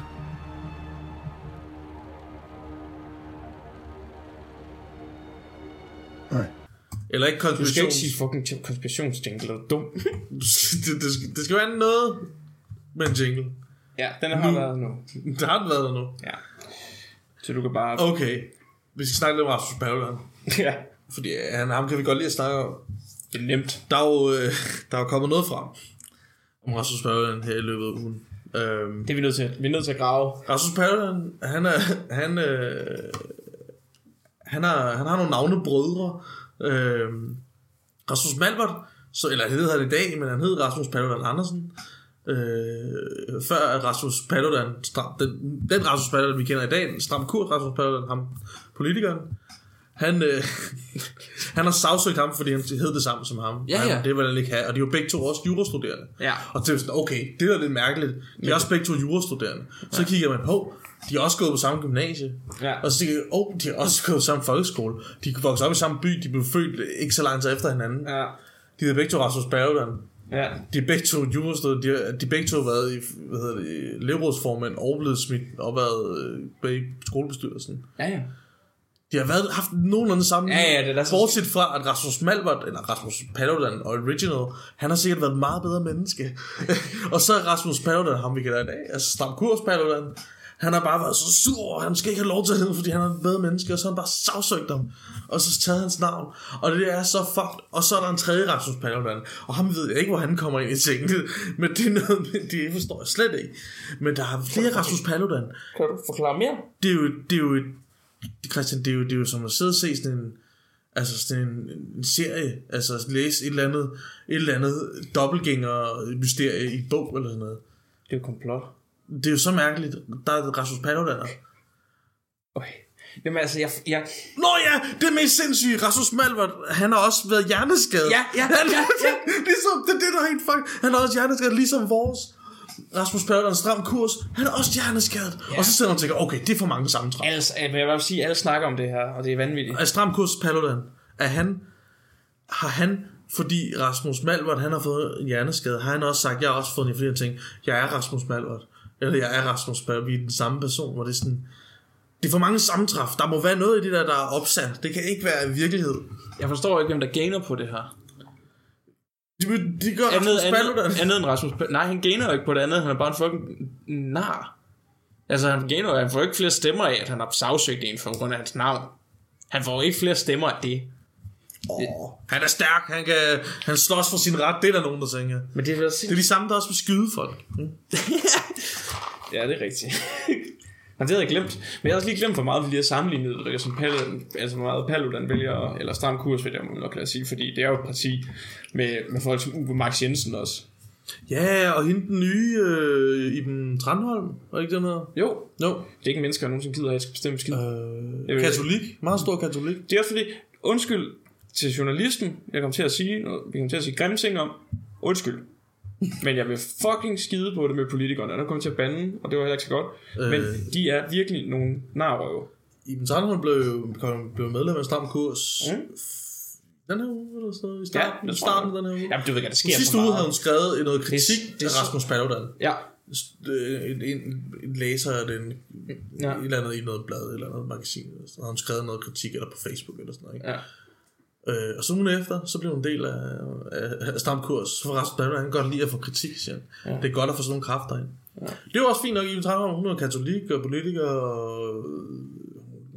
Eller Du ikke skal ikke konspirations... sige fucking konspirationsjingle, er du dum. (laughs) det, det, skal, det skal være noget med en jingle. ja, den har været nu. Der har den været der nu. Ja. Så du kan bare... Okay, vi skal snakke lidt om Rasmus Paludan. (laughs) Ja. Fordi han, ham kan vi godt lide at snakke om. Det er nemt. Der er jo, øh, (laughs) der er jo kommet noget frem om Rasmus Paludan her i løbet af ugen. Øhm, Det er vi nødt til. Vi er nødt til at grave. Rasmus Paludan, han er, han, øh, han, har, han har nogle navnebrødre. Øh, Rasmus Malbert, så, eller det hedder han i dag, men han hed Rasmus Paludan Andersen. Øh, før at Rasmus Paludan, stram, den, den Rasmus Paludan, vi kender i dag, den stram kurs Rasmus Paludan, ham politikeren, han, øh, (laughs) han har sagsøgt ham, fordi han hed det samme som ham. Ja, Og ja. Han, det vil han ikke have. Og de er jo begge to også jurastuderende. Ja. Og det er jo sådan, okay, det er da lidt mærkeligt. De er også begge to jurastuderende. Så kigger man på, de er også gået på samme gymnasie. Ja. Og så tænker jeg, oh, de har også gået på samme folkeskole. De er vokset op i samme by, de blev født ikke så lang tid efter hinanden. Ja. De er begge to Rasmus Bergland. Ja. De er begge to jurastuderende. De, har- de er begge to været i, hvad hedder det, elevrådsformand og blevet smidt og været øh, bag skolebestyrelsen. Ja, ja. De har været, haft nogenlunde samme Ja, ja, det er da så- Bortset fra at Rasmus Malbert Eller Rasmus Paludan Original Han har sikkert været et meget bedre menneske (laughs) Og så er Rasmus Paludan Ham vi kender i dag Altså Stram Kurs Paludan Han har bare været så sur og Han skal ikke have lov til at hedde Fordi han er et bedre menneske Og så har han bare sagsøgt ham Og så taget hans navn Og det er så fucked Og så er der en tredje Rasmus Paludan Og ham ved jeg ikke hvor han kommer ind i tingene (laughs) Men det er noget Det forstår jeg slet ikke Men der er flere Rasmus Paludan Kan du forklare mere? det er jo, det er jo et, Christian, det er jo, det er jo som at sidde og se sådan en, altså sådan en, en serie, altså læse et eller andet, et eller andet dobbeltgænger-mysterie i en bog eller sådan noget. Det er jo komplot. Det er jo så mærkeligt. Der er Rasmus Paludan. der. Okay. Jamen altså, jeg, jeg, Nå ja, det mest sindssyge, Rasmus Malvert, han har også været hjerneskadet. Ja, ja, han, ja, ja. ligesom, (laughs) det er det, der er helt fuck. Han er også hjerneskadet, ligesom vores. Rasmus Paludan, stram kurs, han er også hjerneskadet. Og så sidder man og tænker, okay, det er for mange sammentræk. alle, jeg vil bare sige, alle snakker om det her, og det er vanvittigt. Er Altså, stram kurs Paludan? Er han, har han, fordi Rasmus Malvert, han har fået en hjerneskade, har han også sagt, jeg har også fået en, fordi han tænkte, jeg er Rasmus Malvert, eller jeg er Rasmus Malvert, vi er den samme person, hvor det er sådan, det er for mange sammentræf, der må være noget i det der, der er opsat, det kan ikke være virkelighed. Jeg forstår ikke, hvem der gainer på det her. De, de gør Rasmus andet, Paludan. andet, andet end Rasmus Paludan. Nej, han gainer jo ikke på det andet. Han er bare en fucking nar. Altså, han gainer jo- Han får jo ikke flere stemmer af, at han har sagsøgt en for grund af hans navn. Han får jo ikke flere stemmer af det. Åh, Han er stærk. Han, kan, han slås for sin ret. Det er der nogen, der tænker. Men det er da Det er de samme, der også vil skyde folk. Ja, det er rigtigt. (laughs) Men det havde jeg glemt. Men jeg havde også lige glemt, hvor meget vi lige har sammenlignet det, virker som Paludan, altså hvor meget Paludan vælger, eller Stram Kurs, vil jeg må nok lade sige, fordi det er jo et parti med, med folk som Uwe Max Jensen også. Ja, og hende den nye øh, Iben Trandholm. Var det ikke den her? Jo, Jo. det er ikke mennesker, der nogensinde gider, at jeg skal bestemme skid. Jeg Øh, ved katolik. Meget stor katolik. Det er også fordi, undskyld til journalisten, jeg kommer til at sige, noget, vi kommer til at sige grimme ting om, undskyld. Men jeg vil fucking skide på det med politikerne, og der kommer til at bande, og det var heller ikke så godt. Øh. Men de er virkelig nogle narrøve. Iben Trandholm blev, kom- blev medlem af Stram Kurs. Mm. Den her uge, eller sådan noget. I Ja, starten, jeg ja, tror starten det. af den her uge. Jamen, du ved ikke, det sker Sidste for uge meget. havde hun skrevet noget kritik Det- det, det det er af så- Rasmus Paludan. Ja, Øh, en, en, en læser af den, Ja. ja. et eller andet i noget blad, et eller andet magasin. Eller sådan. noget. Hun skrev noget kritik, eller på Facebook, eller sådan noget. Ikke? ja. Øh, og så ugen efter, så blev hun en del af, af, af Stamkurs. Så for Rasmus Paludan, han kan godt lide at få kritik, siger han. Ja. Det er godt at få sådan nogle kræfter ind. Ja. Det var også fint nok, Iben Trangholm, hun er katolik og politiker, og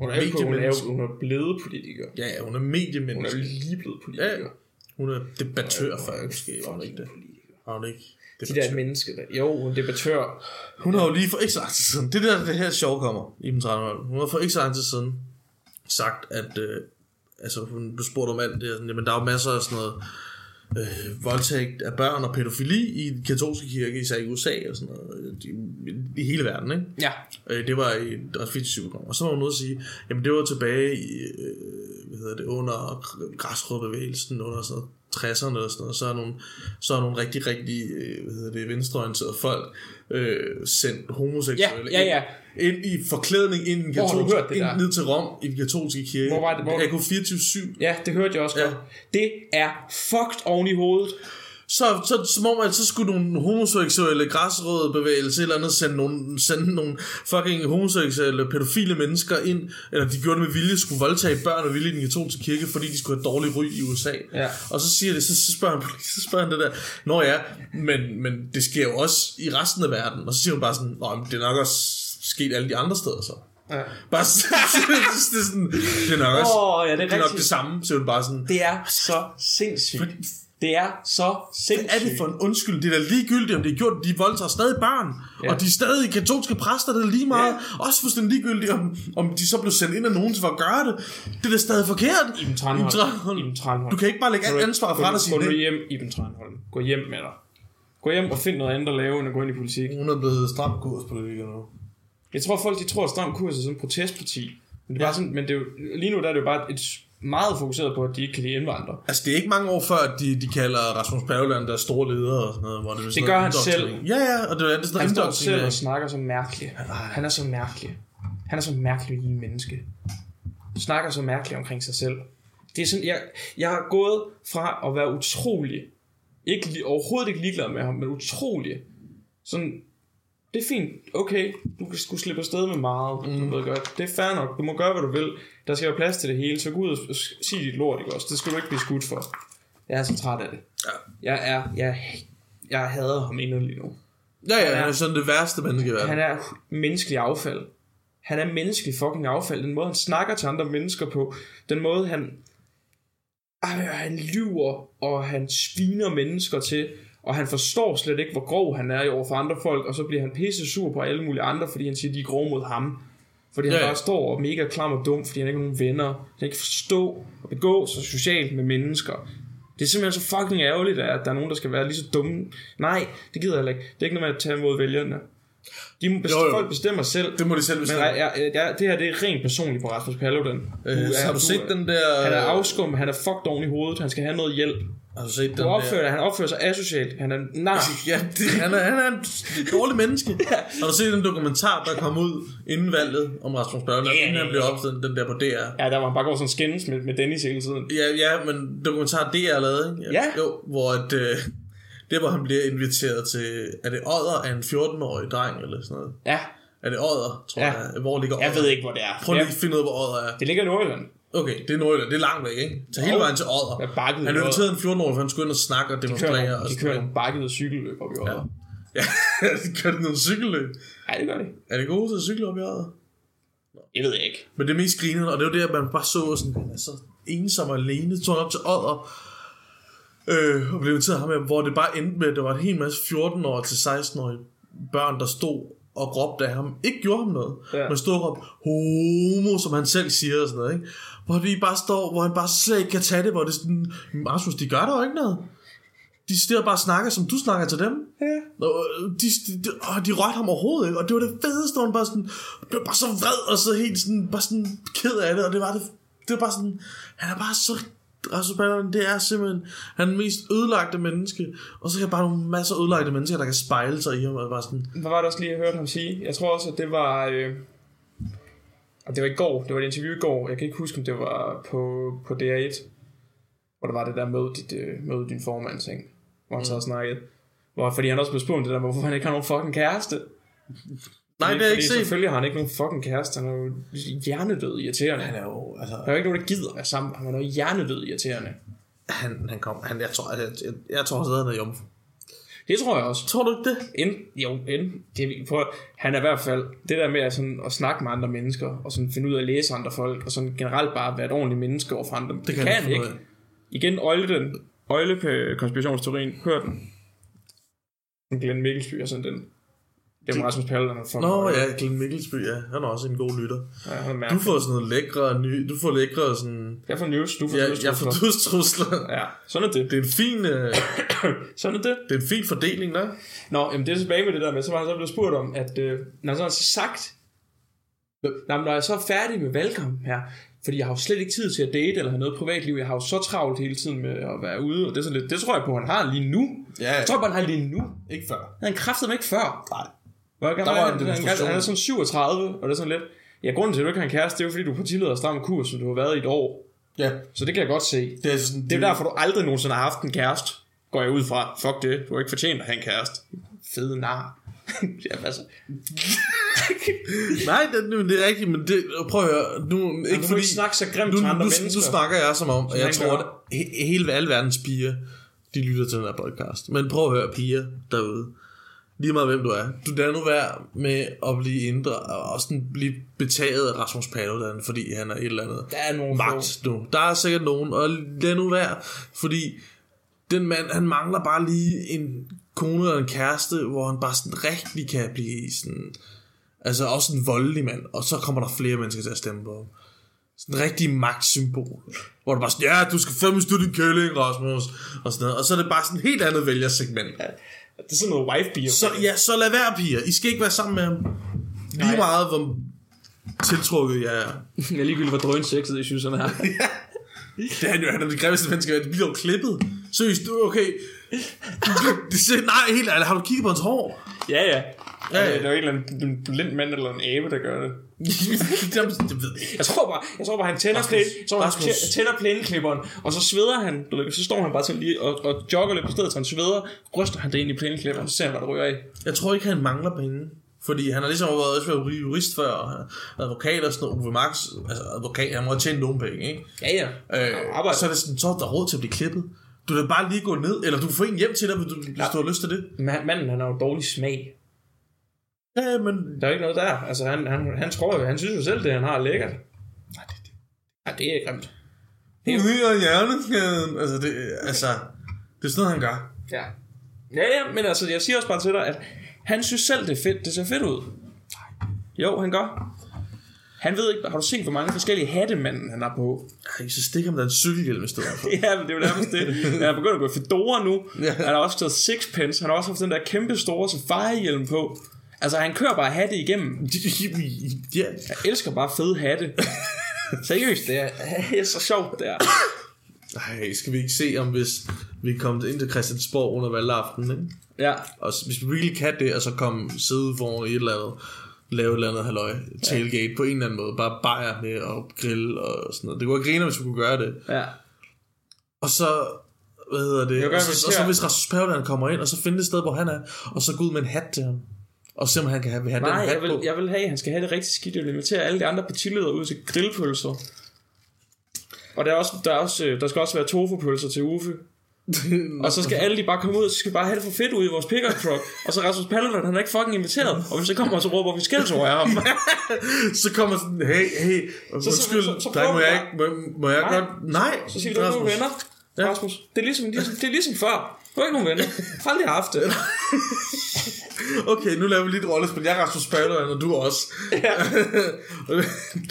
Hun er, jo ikke, hun, er, jo- Mediemenneske. hun er blevet politiker. ja, ja, hun er Hun er mediemenneske. jo lige blevet Ja, politiker. hun er debattør faktisk, var hun ikke det? Har hun ikke? De der mennesker der. Jo, hun er debattør. Hun har jo lige for ikke så lang tid siden, det der det her sjov kommer, Iben Tranholm, hun har for ikke så lang tid siden sagt, at øh, altså hun blev spurgt om alt det her, sådan, jamen der er jo masser af sådan noget øh, voldtægt af børn og pædofili i den katolske kirke, især i USA og sådan noget, øh, i, i hele verden, ikke? Ja. Øh, det var i Rasfitz-syvprogram. Og så var hun ude at sige, jamen det var tilbage i, øh, hvad hedder det, under gr- græsrødbevægelsen, under sådan noget 60'erne og sådan noget, så er nogle, så er nogle rigtig, rigtig, øh, hvad hedder det, venstreorienterede folk øh, sendt homoseksuelle Ja, ja, ja. Ind, ind, i forklædning ind, i den Hvor har du katolske, hørt det ind der? ned til Rom i den katolske kirke. Hvor var det- hvor- AK 24-7. Ja, det hørte jeg også Ja. godt. Det er fucked oven i hovedet. Så, så, som om, at så skulle nogle homoseksuelle græsrøde bevægelse eller andet sende nogle, sende nogle fucking homoseksuelle pædofile mennesker ind, eller de gjorde det med vilje, skulle voldtage børn og vilje i den katolske kirke, fordi de skulle have dårlig ry i USA. Ja. Og så siger det, så, så, spørger han, så spørger han det der, nå ja, men, men det sker jo også i resten af verden. Og så siger hun bare sådan, nå, men det er nok også sket alle de andre steder så. Ja. Bare sådan, det er sådan, det er nok også, Åh, ja, det er det er nok rigtigt. det samme, siger hun bare sådan. Det er så sindssygt. Det er så Hvad sindssygt. er det for en undskyld? Det er da ligegyldigt, om det er gjort. De voldtager stadig børn, Ja. ja. og de er stadig katolske præster, det er lige meget. Ja. Også fuldstændig ligegyldigt, om, om de så blev sendt ind af nogen for at gøre det. Det er da stadig forkert. Iben Tranholm. Iben Tranholm. Iben Tranholm. Du kan ikke bare lægge alt ansvar fra dig og sige, Gå nu "Nej, hjem, Iben Tranholm. Gå hjem med dig. Gå hjem og find noget andet at lave, end at gå ind i politik. hun er blevet stram kurs på det lige nu. Jeg tror, folk de tror, at Stram Kurs er sådan en protestparti. Men, det er bare sådan, men det er jo, lige nu der er det jo bare et meget fokuseret på, at de ikke kan lide indvandrere. Altså, det er ikke mange år før, at de, de kalder Rasmus Paludan der store leder og sådan noget. Hvor det, er sådan Det gør noget han selv. indoktrinering. Ja, ja, og det er det er sådan Han noget står selv og indoktrinering. snakker så mærkeligt. Han er så mærkelig. Han er så mærkelig i menneske. Snakker så mærkeligt omkring sig selv. Det er sådan, jeg, jeg har gået fra at være utrolig, ikke, li- overhovedet ikke ligeglad med ham, men utrolig. Sådan, det er fint, okay, du kan sgu slippe afsted med meget, mm. du ved godt. Det er fair nok, du må gøre, hvad du vil. Der skal være plads til det hele, så gå ud og s- s- sig dit lort, ikke også? Det skal du ikke blive skudt for. Jeg er så træt af det. Ja. Jeg er, jeg, jeg hader ham inderligt nu. Ja, ja, Han han er- er sådan det værste menneske i verden. Han er menneskelig affald. Han er menneskelig fucking affald. Den måde, han snakker til andre mennesker på. Den måde, han... Ej, han lyver, og han sviner mennesker til. Og han forstår slet ikke, hvor grov han er i over for andre folk. Og så bliver han pisse sur på alle mulige andre, fordi han siger, de er grove mod ham. Fordi han Ja, ja. bare står og er mega klam og dum, fordi han ikke har nogen venner. Han ikke forstå og begå sig socialt med mennesker. Det er simpelthen så fucking ærgerligt, at der er nogen, der skal være lige så dumme. Nej, det gider jeg heller ikke. Det er ikke noget med at tage imod vælgerne. De må best- Jo, jo. Folk bestemmer selv. Det må de selv Men bestemme. jeg, jeg, jeg, det her det er rent personligt på Rasmus Paludan. Du Øh, er- har du du set er- den der... Han er afskum, han er fucked oven i hovedet, han skal have noget hjælp. Har du set den Du der... opfører, han opfører sig asocialt, han er en nar. Ja, det, han, er, han er en dårlig menneske. Har du set den dokumentar, der kom ud inden valget om Rasmus Paludan, Ja, yeah, inden han ja, blev ja. opstillet, den der på DR? Ja, der var han bare går sådan skændes med, med Dennis hele tiden. Ja, ja, men dokumentar DR lavede, ikke? Ja. Jo, hvor at, øh, det, hvor han bliver inviteret til, er det Odder af en 14-årig dreng, eller sådan noget? Ja, Er det Odder, tror Ja. jeg? Hvor ligger Odder? jeg ved ikke, hvor det er. Prøv lige Ja, at finde ud af, hvor Odder er. det ligger i Nordjylland. Okay, det er Nordjylland. Det er langt væk, ikke? Tag hele Jo. vejen til Odder. Jeg bakkede Han i inviterede en 14-årig, for han skulle ind og snakke kører, og demonstrere. nogle, de kører nogle bakkede cykelløb op i år. Ja. Ja, (laughs) de kørte nogle cykelløb. Ej, det gør det. Er det gode til at cykle op i Odder? Det ved jeg ikke. Men det mest grinende, og det var det, at man bare så sådan, han er så ensom og alene, tog han op til Odder, øh, og blev inviteret ham hjem, hvor det bare endte med, at der var en hel masse 14-årige til 16-årige børn, der stod og råbte af ham. Ikke gjorde ham noget, Ja. ja. men stod og råbte homo, som han selv siger og sådan noget, ikke? Hvor, de bare står, hvor han bare slet ikke kan tage det, hvor det er sådan, Rasmus, de gør der jo ikke noget. De sidder bare og snakker, som du snakker til dem. Ja. Og de, de, de, og de rørte ham overhovedet ikke, og det var det fedeste, hvor han bare sådan, blev bare så vred, og så helt sådan, bare sådan ked af det, og det var det, det var bare sådan, han er bare så, Rasmus Paludan, det er simpelthen, han er den mest ødelagte menneske, og så kan bare nogle masser af ødelagte mennesker, der kan spejle sig i ham, og bare sådan, Hvad var det også lige, jeg hørte ham sige? Jeg tror også, at det var... Øh... og Det var i går. Det var et interview i går. Jeg kan ikke huske, om det var på, på DR1. Hvor der var det der med, dit, øh, med din formand ting. Hvor han mm. så havde snakket. Hvor, fordi han også blev spurgt om det der med, hvorfor han ikke har nogen fucking kæreste. nej, det har jeg ikke fordi set. Selvfølgelig har han ikke nogen fucking kæreste. Han er jo hjernedød irriterende. Han Han er, er jo, altså, der er jo ikke nogen, der gider være sammen. Han er jo hjernedød irriterende. han, han kom, han, jeg tror, jeg, jeg, jeg tror stadig, han er jomfru. Det tror jeg også. Tror du ikke det? End, jo, end, det, prøv, at- han er i hvert fald det der med at, sådan, at snakke med andre mennesker, og sådan finde ud af at læse andre folk, og sådan generelt bare være et ordentligt menneske overfor andre. Det, kan han han finde ikke. ud af. Igen, øjle den. Øjle på konspirationsteorien. Hør den. Glenn Mikkelsby og sådan den. Det er Rasmus Paludan, han får. Nå ja, Glenn Mikkelsby, ja, han er også en god lytter. ja han er Du mærkelig. får sådan noget lækre, ny, du får lækre sådan... Jeg får news, du får Ja, news. jeg du får får- dødstrusler. Ja, sådan er det. (coughs) Det er en fin, øh, Sådan er det. det er en fin fordeling, der. Nå, jamen det er tilbage med det der med, så var han så blevet spurgt om, at øh, når han så har sagt, Nå, men når jeg så er færdig med valgkampen her, fordi jeg har jo slet ikke tid til at date eller have noget privatliv, jeg har jo så travlt hele tiden med at være ude, og det, er sådan lidt, det tror jeg på, han har lige nu. Ja. Jeg tror bare, han har lige nu. Ikke før. Han havde kræftet mig ikke før. Nej. Hvor gammel Der er var han? en Han, han, demonstration. han er sådan 37, og det er sådan lidt, ja, grunden til, at du ikke har en kæreste, det er jo fordi, du er partileder og stram kurs, som du har været i et år. Ja. Så det kan jeg godt se. Det er sådan... Det er derfor, du aldrig nogensinde har haft en kæreste. Går jeg ud fra. Fuck det. Du har ikke fortjent at have en kæreste. Fede nar. (laughs) Jamen, altså. Nej, det, men det er rigtigt, men det... Prøv at høre, nu... Ikke du må fordi, ikke snakke så grimt nu, til andre nu, mennesker. Nu snakker jeg som om, og jeg han tror, at gør. he, hele alle verdens piger, de lytter til den her podcast. Men prøv at høre, piger derude. Lige meget hvem du er. Du lader nu være med at blive indre, og også sådan blive betaget af Rasmus Paludan, fordi han er et eller andet. Der er nogle magt nu. Der er sikkert nogen, og lad nu være, fordi den mand, han mangler bare lige en kone eller en kæreste, hvor han bare sådan rigtig kan blive sådan, altså også en voldelig mand, og så kommer der flere mennesker til at stemme på ham. Sådan en rigtig magtsymbol, hvor du bare sådan, ja, du skal fandme stå din kælling, Rasmus, og sådan noget. Og så er det bare sådan et helt andet vælgersegment. Det er sådan noget wife beer. Så, ja, så lad være, piger. I skal ikke være sammen med ham. Lige Nej. meget, hvor tiltrukket jeg er. jeg ligegyldigt, hvor drøn sexet, jeg synes, han (laughs) er. Det er han jo, han er det grimmeste menneske, i verden. det bliver jo klippet. Seriøst, du- okay. Det ser, nej, helt ærligt, har du kigget på hans hår? ja, ja. Ja, ja. ja. Der er jo en eller anden en blind mand eller en abe, der gør det. Jamen, det ved jeg ikke. Jeg tror bare, jeg tror bare han tænder, plæne, jeg tror, han Rasmus. tæ- tænder plæneklipperen, og så sveder han, du ved, så står han bare sådan lige og, og jogger lidt på stedet, så han sveder, ryster han det ind i plæneklipperen, så ser han, hvad der ryger af. Jeg tror ikke, han mangler penge. Fordi han har ligesom været også været jurist før, og han er advokat og sådan noget. Uwe Max, altså advokat, han må have tjent nogen penge, ikke? Ja, ja. Øh, arbejder. så er det sådan, så er der råd til at blive klippet. Du kan bare lige gå ned, eller du kan få en hjem til dig, hvis du, hvis du har lyst til det. Ma- manden, han har jo dårlig smag. Ja, men... Der er jo ikke noget der. Altså, han, han, han tror jo, han synes jo selv, det han har er lækkert. Nej, det, det. Ja, det er grimt. Det er hjerneskaden. Altså, det, altså, det er sådan noget, han gør. Ja. Ja, ja, men altså, jeg siger også bare til dig, at han synes selv, det er fedt. Det ser fedt ud. Jo, han gør. Han ved ikke, har du set, hvor mange forskellige hatte manden han har på? (laughs) Ej, så stik ham da en cykelhjelm i stedet for. Ja, men det er jo nærmest det. Han er begyndt at gå i fedora nu. Ja. Han har også taget sixpence. Han har også haft den der kæmpe store safari-hjelm på. Altså, han kører bare hatte igennem. ja. Jeg elsker bare fede (laughs) hatte. Seriøst, det er, (laughs) det er så sjovt, det er. Ej, skal vi ikke se, om hvis vi kom ind til Christiansborg under valgaften, ikke? Ja, Og s- hvis vi virkelig kan det, og så komme sidde foran i et eller andet, lave et eller andet halløj, tailgate på en eller anden måde, bare bajer med og grill og sådan noget. Det kunne være griner, hvis vi kunne gøre det. ja. Og så, hvad hedder det, kan og godt så, og så invitere- hvis Rasmus Paludan kommer ind, og så finde et sted, hvor han er, og så gå ud med en hat til ham. Og se, om han kan have, have Nej, den hat jeg vil, på. jeg vil have, at han skal have det rigtig skidt. Jeg vil invitere alle de andre partiledere ud til grillpølser. Og der, er også, der, er også, øh, der skal også være tofu-pølser til (laughs) Uffe. og så skal alle de bare komme ud, og så skal vi bare have det for fedt ud i vores pickup truck. Og så Rasmus Paludan, han er ikke fucking inviteret. Og hvis jeg kommer, så råber vi skældsord af ham. Så kommer sådan, hey, hey, undskyld, så- så dreng, prøver må vi jeg bare- ikke, må, må jeg Nej. godt, nej, Så siger vi, du er ikke nogen venner. Ja. Rasmus, det er ligesom, ligesom, det er ligesom før. Du er ikke nogen venner. Jeg har aldrig haft det. Okay, nu laver vi lige et rollespil. Jeg er Rasmus Paludan, og du er også. (laughs) Ja.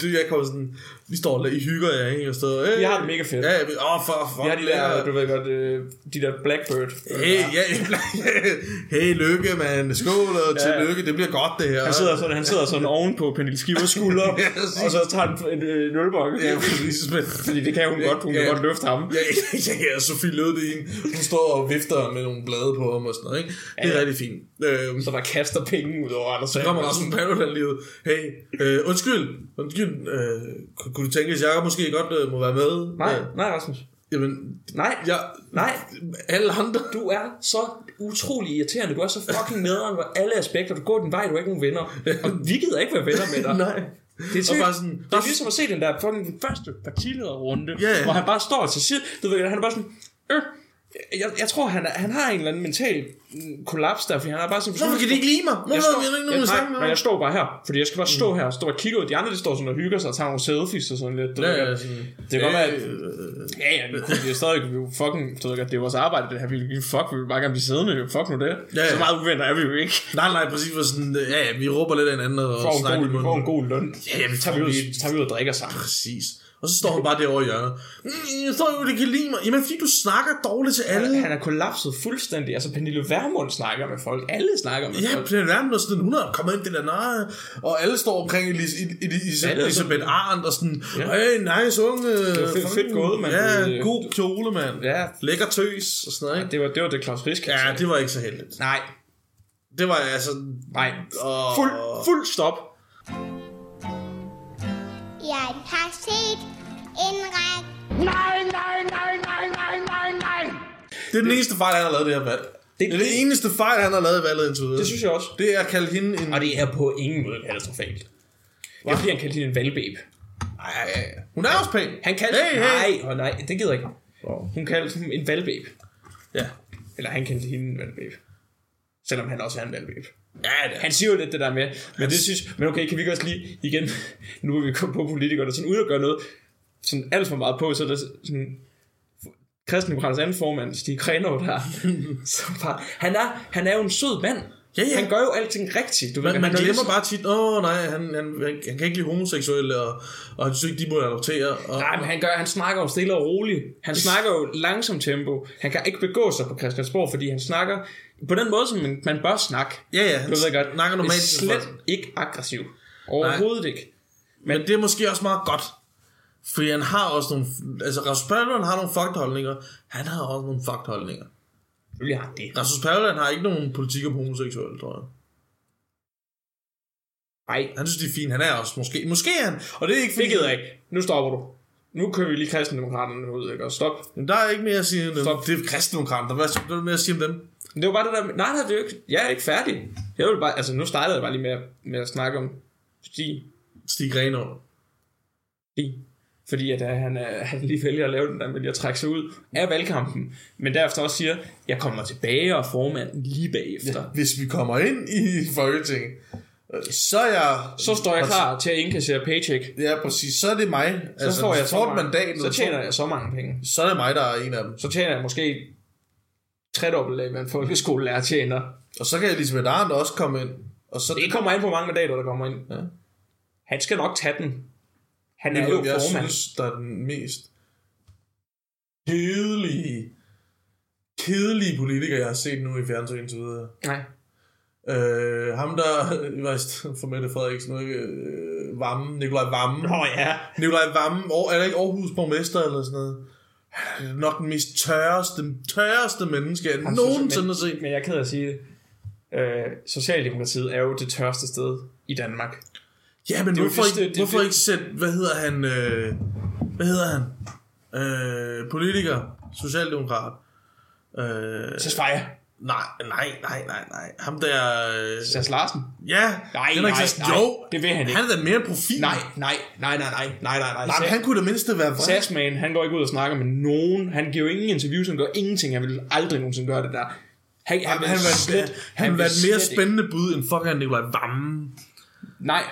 du, jeg kommer sådan, vi står og I hygger jer, ikke? Og stå, hey, Vi har det mega fedt. Ja, vi, åh, for, for, Vi har de der, du ved godt, øh, de der Blackbird. Hey, ja, (laughs) hey, lykke, mand. Skål og tillykke. Det bliver godt, det her. Han sidder sådan, han sidder sådan oven på Pernille Skivers skulder, (laughs) Ja, præcis. og så tager han en øh, nølbokke. Ja, præcis, men... (laughs) Fordi det kan hun godt, hun kan godt løfte ham. Ja, (laughs) ja, ja, Sofie Lødding, hun står og vifter med nogle blade på ham og sådan noget, ikke? Det er Ja, ja. rigtig fint. Øhm, Så der kaster penge ud over Anders Så kommer Rasmus Paludan lige ud. Hey, øh, undskyld, undskyld, øh, kunne- kunne du tænke, at jeg måske godt øh, må være med? Nej, Øh, nej Rasmus. jamen, Nej, jeg, nej. alle andre. Du er så utrolig irriterende. Du er så fucking nederen på alle aspekter. Du går din vej, du er ikke nogen venner. Og vi gider ikke være venner med dig. (laughs) Nej. Det er, Og sygt. bare sådan, det er ligesom at se den der fucking den første partilederrunde, Ja, ja. hvor han bare står til side. Du ved, han er bare sådan, øh, jeg, jeg tror, han, er, han har en eller anden mental mm, kollaps der, fordi han er bare sådan... Hvorfor kan de ikke lide mig? Hvorfor Jeg er der ikke nogen, jeg, der nej, snakker med Mm. nej, mig? jeg står bare her, fordi jeg skal bare stå her og stå og kigge ud. De andre, de står sådan og hygger sig og tager nogle selfies og sådan lidt. du Ja, ved ja, godt. sådan, det kan godt være, at- øh, Ja, ja, vi kunne, det er stadig, vi er jo fucking, du ved godt, det er vores arbejde, det her, vi vi- fuck, vi vil bare gerne blive siddende, jo. fuck nu det. Ja, ja. Så meget uvenner er vi jo ikke. Nej, nej, præcis, hvor sådan, øh, ja, ja, vi råber lidt af hinanden og Får en, snakker i god, får en munden. god løn. Ja, ja, vi tager vi, får ud, lige- tager vi ud og drikker sammen. Præcis. Og så står han bare derovre i hjørnet. Mm, Jeg står jo, det kan lide mig. Jamen, fordi du snakker dårligt til alle. Han er kollapset fuldstændig. Altså, Pernille Vermund snakker med folk. Alle snakker med Ja, folk. Pernille Vermund er sådan, hun er kommet ind, det der nej. Og alle står omkring Elis, i, i, i, Alle i, er Elisabeth Arndt og sådan, Ja. hey, nice unge. Det var fedt- fedt gået, mand. Ja, Det- god kjole, mand. Ja. Lækker tøs og sådan noget, ikke? Det var det, var det Claus Frisk han Ja, sagde. det var ikke så heldigt. Nej, Det var altså... nej. Åh. Fuld, fuld stop. Jeg har set en række Det er den eneste fejl, han har lavet i det her valg. Det er det eneste fejl, han har lavet i valget indtil videre. Det synes jeg også. Det er at kalde hende en... Og det er på ingen måde katastrofalt. Jeg bliver han kaldt en valgbæb. Ej, hun er også pæn. Han kaldte... hey, hey. Nej, og nej, det gider jeg ikke. Hun kaldte ham en valgbæb. Ja. Eller han kendte hende en valgbæb. Selvom han også er en valgbæb. Ja, det er. Han siger jo lidt det der med, men det synes, men okay, kan vi ikke også lige, igen, (laughs) nu er vi kommet på politikere, der sådan ud og gøre noget, sådan alt for meget på, så er der sådan, Kristendemokraternes anden formand, Stig Krenov der, (laughs) som bare, han er, han er jo en sød mand. Ja, ja. Han gør jo alting rigtigt. Du ved, Man, han man er jo glemmer ligesom- bare tit, åh oh, nej, han, han, han, han kan ikke lide homoseksuelle, og, og han synes ikke, de burde adoptere. Og, Nej, men han, gør, han snakker jo stille og roligt. Han snakker jo langsomt tempo. Han kan ikke begå sig på Christiansborg, fordi han snakker på den måde, som man, man bør snakke. Ja, ja, han du ved godt, snakker normalt til slet folk. ikke aggressiv. Overhovedet Nej. ikke. Men det er måske også meget godt. Fordi han har også nogle... Altså, Rasmus Paludan har nogle fagtholdninger. Han har også nogle fagtholdninger. Selvfølgelig har han det. Rasmus Paludan har ikke nogen politik om homoseksuelle, tror jeg. Nej, Han synes, det er fint. Han er også måske... Måske er han... Og det er ikke det fordi... gider jeg ikke. Nu stopper du. Nu kører vi lige kristendemokraterne ud, ikke? Og stop. Men der er ikke mere at sige end dem. Stop. Det er kristendemokrater. Hvad er der mere at sige om dem? Men det var bare det der... med- Nej, nej, det er jo ikke... Jeg er ikke færdig. Jeg vil bare... Altså, nu startede jeg bare lige med, at- med at snakke om Stig. Stig Renov. i. Fordi at øh, han, øh, han lige vælger at lave den der med lige at trække sig ud af valgkampen. Men derefter også siger, jeg kommer tilbage og er formand lige bagefter. Ja. Hvis vi kommer ind i Folketinget, øh, så er jeg... Så står jeg klar til at indkassere paycheck. Så Ja, præcis. Så er det mig. Så altså, får jeg hvis vi så får et mange, mandat, eller så to, tjener jeg så mange penge. så er det mig, der er en af dem. Så tjener jeg måske tredobbelt af, hvad en folkeskolelærer tjener. Og så kan Elisabeth Arndt også komme ind. Og så Det kommer an på, hvor mange mandater, der kommer ind. Ja. Han skal nok tage den. Han Det er er jo jo, jeg formand. synes, der er den mest kedelige, kedelige politiker, jeg har set nu i fjernsyn indtil videre. Nej. Øh, ham der, øh, var i stedet for Mette Frederiksen, nu ikke, øh, Vammen, Nikolaj Vammen. Åh oh, ja. Nikolaj Vammen, Aar- er der ikke Aarhus borgmester eller sådan noget? Han er nok den mest tørreste, tørreste menneske, jeg nogensinde har set. Men jeg er ked af at sige det. Øh, Socialdemokratiet er jo det tørste sted i Danmark. Ja, men er jo hvorfor, vist, ikke, det- det- hvorfor det- ikke sætte, hvad hedder han, øh, hvad hedder han, øh, politiker, socialdemokrat, øh, Tesfaye. Nej, nej, nej, nej, nej. Ham der... Øh, Sass Larsen? ja, Nej, Henrik nej, Sass- nej. Jo, Det vil han ikke. Han er da mere en profil. Nej, nej, nej, nej, nej, nej, nej, nej. nej men han kunne da mindst være vred. Sassman, han går ikke ud og snakker med nogen. Han giver jo ingen interviews, han gør ingenting. Han vil aldrig nogensinde gøre det der. Han, han, Jamen, vil han var slet, han, han var vil et mere slet spændende bud end fucking Nikolaj Vammen. Ikke. Nej,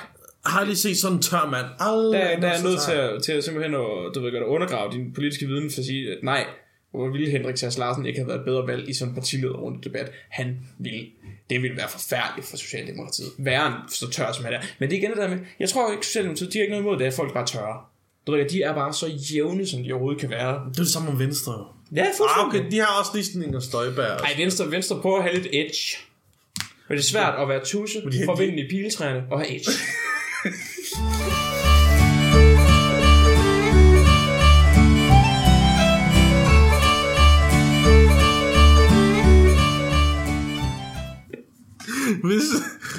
Har jeg lige set sådan en tør mand. Aldrig der, der er jeg nogensinde nødt til tør. at, til at simpelthen at, du ved, godt, at undergrave din politiske viden for at sige, at nej, hvor ville Henrik Sass Larsen ikke have været et bedre valg i sådan en partilederrunde debat? Han ville. Det ville være forfærdeligt for Socialdemokratiet. Værre end så tør, som han er. Men det er igen det der med, jeg tror ikke, Socialdemokratiet de har ikke noget imod det, at folk bare er tørre. Du ved, de er bare så jævne, som de overhovedet kan være. Det er det samme om Venstre. jo. Ja, Ah, okay, de har også lige sådan Inger Støjberg. Ej, venstre, venstre prøver at have lidt edge. Men det er svært at være tusse, få vinden i piletræerne og have edge. (laughs) (laughs) Hvis,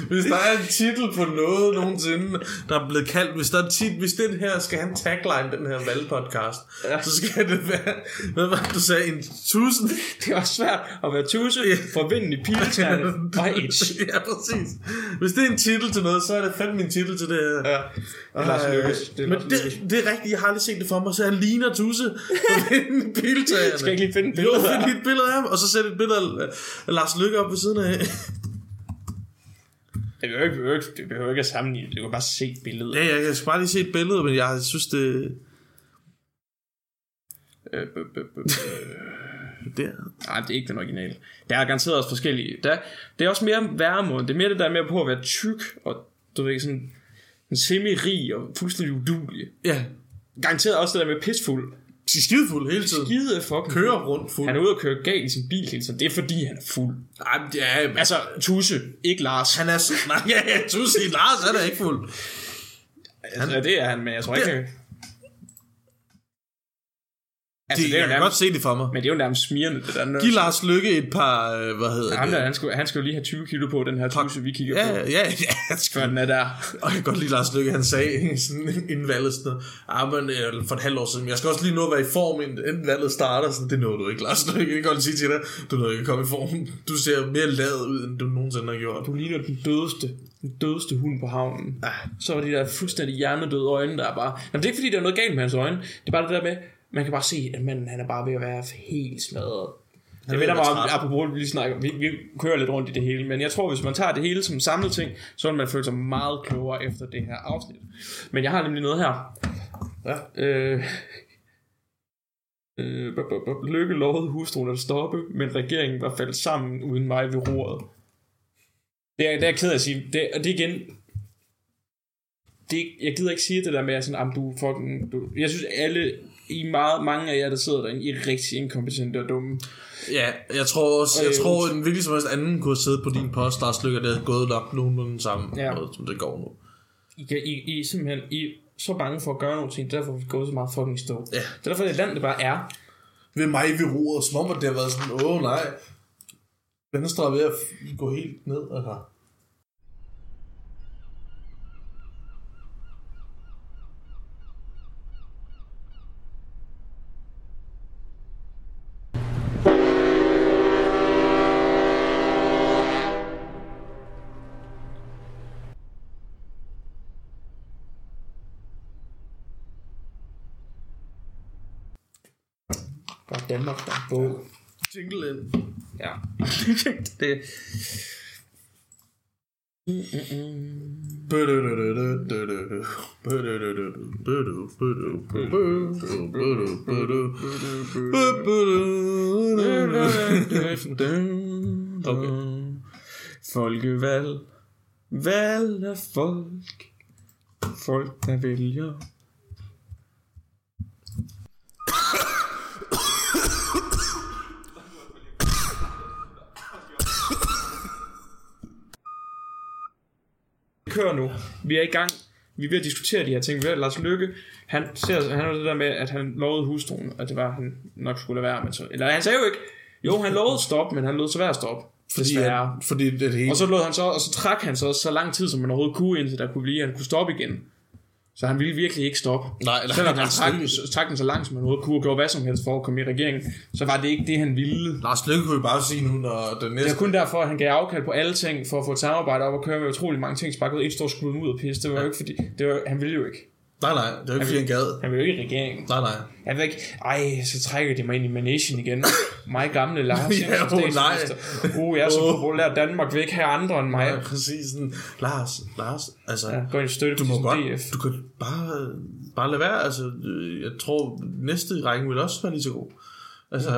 hvis der er en titel på noget nogensinde, der er blevet kaldt, hvis, der er tit, hvis den her skal have en tagline, den her valgpodcast, ja. så skal det være, hvad var det, du sagde, en tusind? det er også svært at være tusse, få vinden i piletræerne og have edge. ja, præcis. Hvis det er en titel til noget, så er det fandme en titel til det her. Ja, det er Lars Lykkes. Øh, Det er Øh, Men Lars Lykkes. det, det er rigtigt, jeg har aldrig set det for mig, så han ligner Tusse (laughs) på en biltagerne. Skal jeg ikke lige finde et Jo, billede find af lige et billede af ham, og så sæt et billede af af Lars Lykke op ved siden af. Det behøver ikke, behøver ikke, det behøver ikke at sammenligne, du kan bare se billedet. ja, ja, jeg skal bare lige se et billede, men jeg synes, det... Øh, bø, bø, bø, bø. (laughs) Der. Nej, det er ikke den originale. Der er garanteret også forskellige. Der, det er også mere værremåden. Det er mere det der med på at være tyk og du ved ikke, sådan, sådan semi-rig og fuldstændig udulig. Ja, Garanteret også det der med pisfuld. de er skidefulde hele tiden. Skide fucking Kører rundt fuld. Han er ude og køre galt i sin bil hele tiden. Det er fordi, han er fuld. Ej, men det er, altså, Altså, Tusse, ikke Lars. Han, han er... så- Nej, ja, ja, Tusse, Lars er da ikke fuld. altså, ja, det er han, men jeg tror ikke... Det, altså, Det, det, det er jeg jo kan godt nærmest, se det for mig. men det er jo nærmest smirende, det der. Når, Giv Lars Lykke et par, øh, hvad hedder ham det? der, han, skulle, han skulle lige have 20 kilo på, den her Tusse, vi kigger Ja, på. ja, ja, ja, (laughs) jeg Før den er der. Og jeg kan godt lide Lars Lykke, han sagde (laughs) sådan inden valget sådan noget, ah, men øh, for et halvt år siden, jeg skal også lige nå at være i form, inden inden valget starter. Sådan, det nåede du ikke, Lars Lykke. Jeg kan godt sige til dig, du nåede ikke at komme i form. Du ser mere lavet ud, end du nogensinde har gjort. Du ligner den dødeste, den dødeste hund på havnen. Ah. Så var de der fuldstændig hjernedøde øjne, der er bare... Jamen, det er ikke fordi, der er noget galt med hans øjne. Det er bare det der med, man kan bare se, at manden han er bare ved at være helt smadret. Jeg ved ved, der at være var, træt. apropos, det vi lige snakker, om. vi, vi, kører lidt rundt i det hele, men jeg tror, hvis man tager det hele som en samlet ting, så vil man føle sig meget klogere efter det her afsnit. Men jeg har nemlig noget her. Ja. Øh, øh, bup, bup, bup. Lykke lovede hustruen at stoppe, men regeringen var faldet sammen uden mig ved roret. Det er, det er jeg ked af at sige. Det, og det er igen... Det, er- jeg gider ikke sige det der med, at sådan, "Am, du er fucking... Du. Jeg synes alle, I er meget, mange af jer, der sidder derinde, I er rigtig inkompetente og dumme. Ja, jeg tror også, jeg Øh, tror en hvilken som helst anden kunne sidde på din post, Lars Lykke, og det havde gået nok nogenlunde sammen, Ja. ja. måde, som det går nu. I, kan, I, I er simpelthen I er så bange for at gøre nogle ting, derfor er vi gået så meget fucking i stå. Ja. Det er derfor, det land, det bare er. Ved mig ved roret, som om at det har været sådan, åh nej, Venstre er ved at f- gå helt ned, altså. Bare Danmark, der er bog. Jingle ind. Ja. (laughs) det, Bødødødødødødødø. Bødødødødødødødø. Bødødødødødødødø. Bødødødødødødø. Bødødødødødødø. Okay. Folkevalg. Valg af folk. Folk, der vælger. Kør nu. Vi er i gang. Vi er ved at diskutere de her ting. Vi er Lars Lykke, han, ser, han var det der med, at han lovede hustruen, at det var, han nok skulle lade være med. Så, eller han sagde jo ikke, jo, han lovede stop, men han lod så være at stoppe. Fordi, Desværre. at- fordi det er det Og hele. så lod han så, og så trak han så så lang tid, som man overhovedet kunne, indtil der kunne blive, at han kunne stoppe igen. Så han ville virkelig ikke stoppe. Nej, nej, Selvom nej. han trak, den- trak den så langt, som han overhovedet kunne, og gjorde hvad som helst for at komme i regeringen, så var det ikke det, han ville. Lars Lykke kunne vi bare sige nu, når den næste... Det var kun derfor, at han gav afkald på alle ting for at få et samarbejde op og køre med utrolig mange ting, sparket ud et stort skud ud og pisse. Det var jo ikke fordi, det var, han ville jo ikke. Nej, nej, det er jo ikke, fordi han gad. Han ville jo ikke i regeringen. Nej, nej. Han ville ikke, ej, så trækker de mig ind i managen igen. Mig gamle Lars, (laughs) Ja, jeg er åh, nej. statsminister. Uh, jeg er så Åh. populær, Danmark vil ikke have andre end mig. Ja, præcis. Sådan, Lars, Lars, altså... Ja, gå ind og støtte ligesom du må til godt, DF. du kan bare, bare lade være. Altså, øh, jeg tror, næste i rækken vil også være lige så god. (laughs) Altså,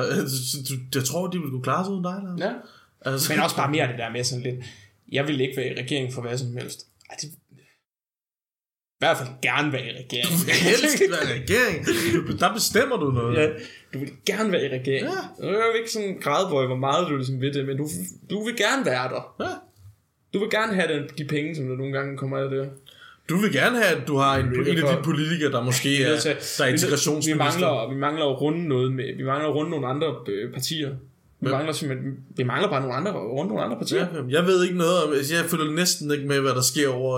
du, jeg tror, de vil kunne klare sig uden dig, Lars. Ja. Altså, Men også bare mere det der med sådan lidt, jeg vil ikke være i regeringen for hvad som helst. Ej, det, I hvert fald gerne være i regeringen. (laughs) (laughs) helst være regering. Der bestemmer du noget. Ja, du vil gerne være i regeringen. Ja. Du er jo ikke sådan en gradbøj, hvor meget du ligesom vil det, men du, du vil gerne være der. Ja. Du vil gerne have den, de penge, som der nogle gange kommer af det. Du vil gerne have, at du har en, Lykke en af for- de politikere, der måske Vi er, nødt til- der er vi nødt- integrationsminister. Vi mangler, vi mangler at runde noget med, vi mangler at runde nogle andre øh, partier. Vi mangler simpelthen, vi mangler bare nogle andre, runde nogle andre partier. Ja, jeg ved ikke noget om, altså, jeg følger næsten ikke med, hvad der sker over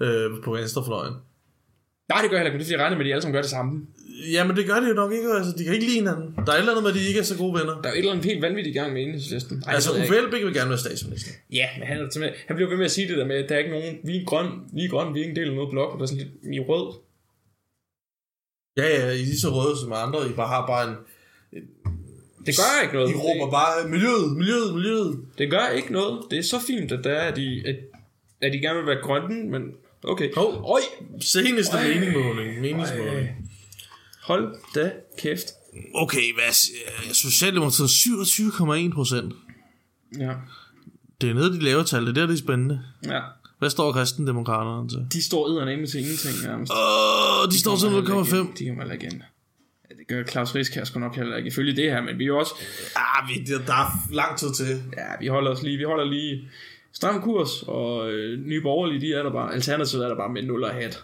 øh, øh, på venstrefløjen. Nej, det gør jeg heller ikke, men det er fordi, jeg regner med, at de alle sammen gør det samme. Jamen det gør de jo nok ikke, altså de kan ikke lide hinanden. Der er et eller andet med, at de ikke er så gode venner. Der er jo et eller andet helt vanvittigt i gang med enhedslisten. Ej, det Altså ved jeg Uffe Elbæk vil gerne være statsminister. Ja, men han, er simpelthen- han bliver ved med at sige det der med, at der er ikke nogen, vi er grøn, vi er grøn, vi er ikke en del af noget blok, og der er sådan lidt, vi er rød. Ja, ja, I er lige så røde som andre. I bare har bare en... Det gør ikke noget. I råber bare, miljøet, miljøet, miljøet. Det gør ikke noget. Det er så fint, at, der er, at, de, at, at de gerne vil være grønne, men okay. Hov. Øj, Seneste meningsmåling. meningsmåling. hold da kæft. Okay, hvad... s- øh, Socialdemokratiet 27,1 procent. Ja. Det er nede i de lave tal, det er der, det er spændende. ja. Hvad står kristendemokraterne til? De står eddernemlig til ingenting nærmest. Åh, de står til 0,5. De kommer heller ikke ind. Ja, det gør Claus Rieskær sgu nok heller ikke ifølge det her, men vi er jo også, Ah, vi, der, der er lang tid til. ja, vi holder os lige, vi holder lige stram kurs, og øh, nye borgerlige, de er der bare, alternativet er der bare med nul og hat.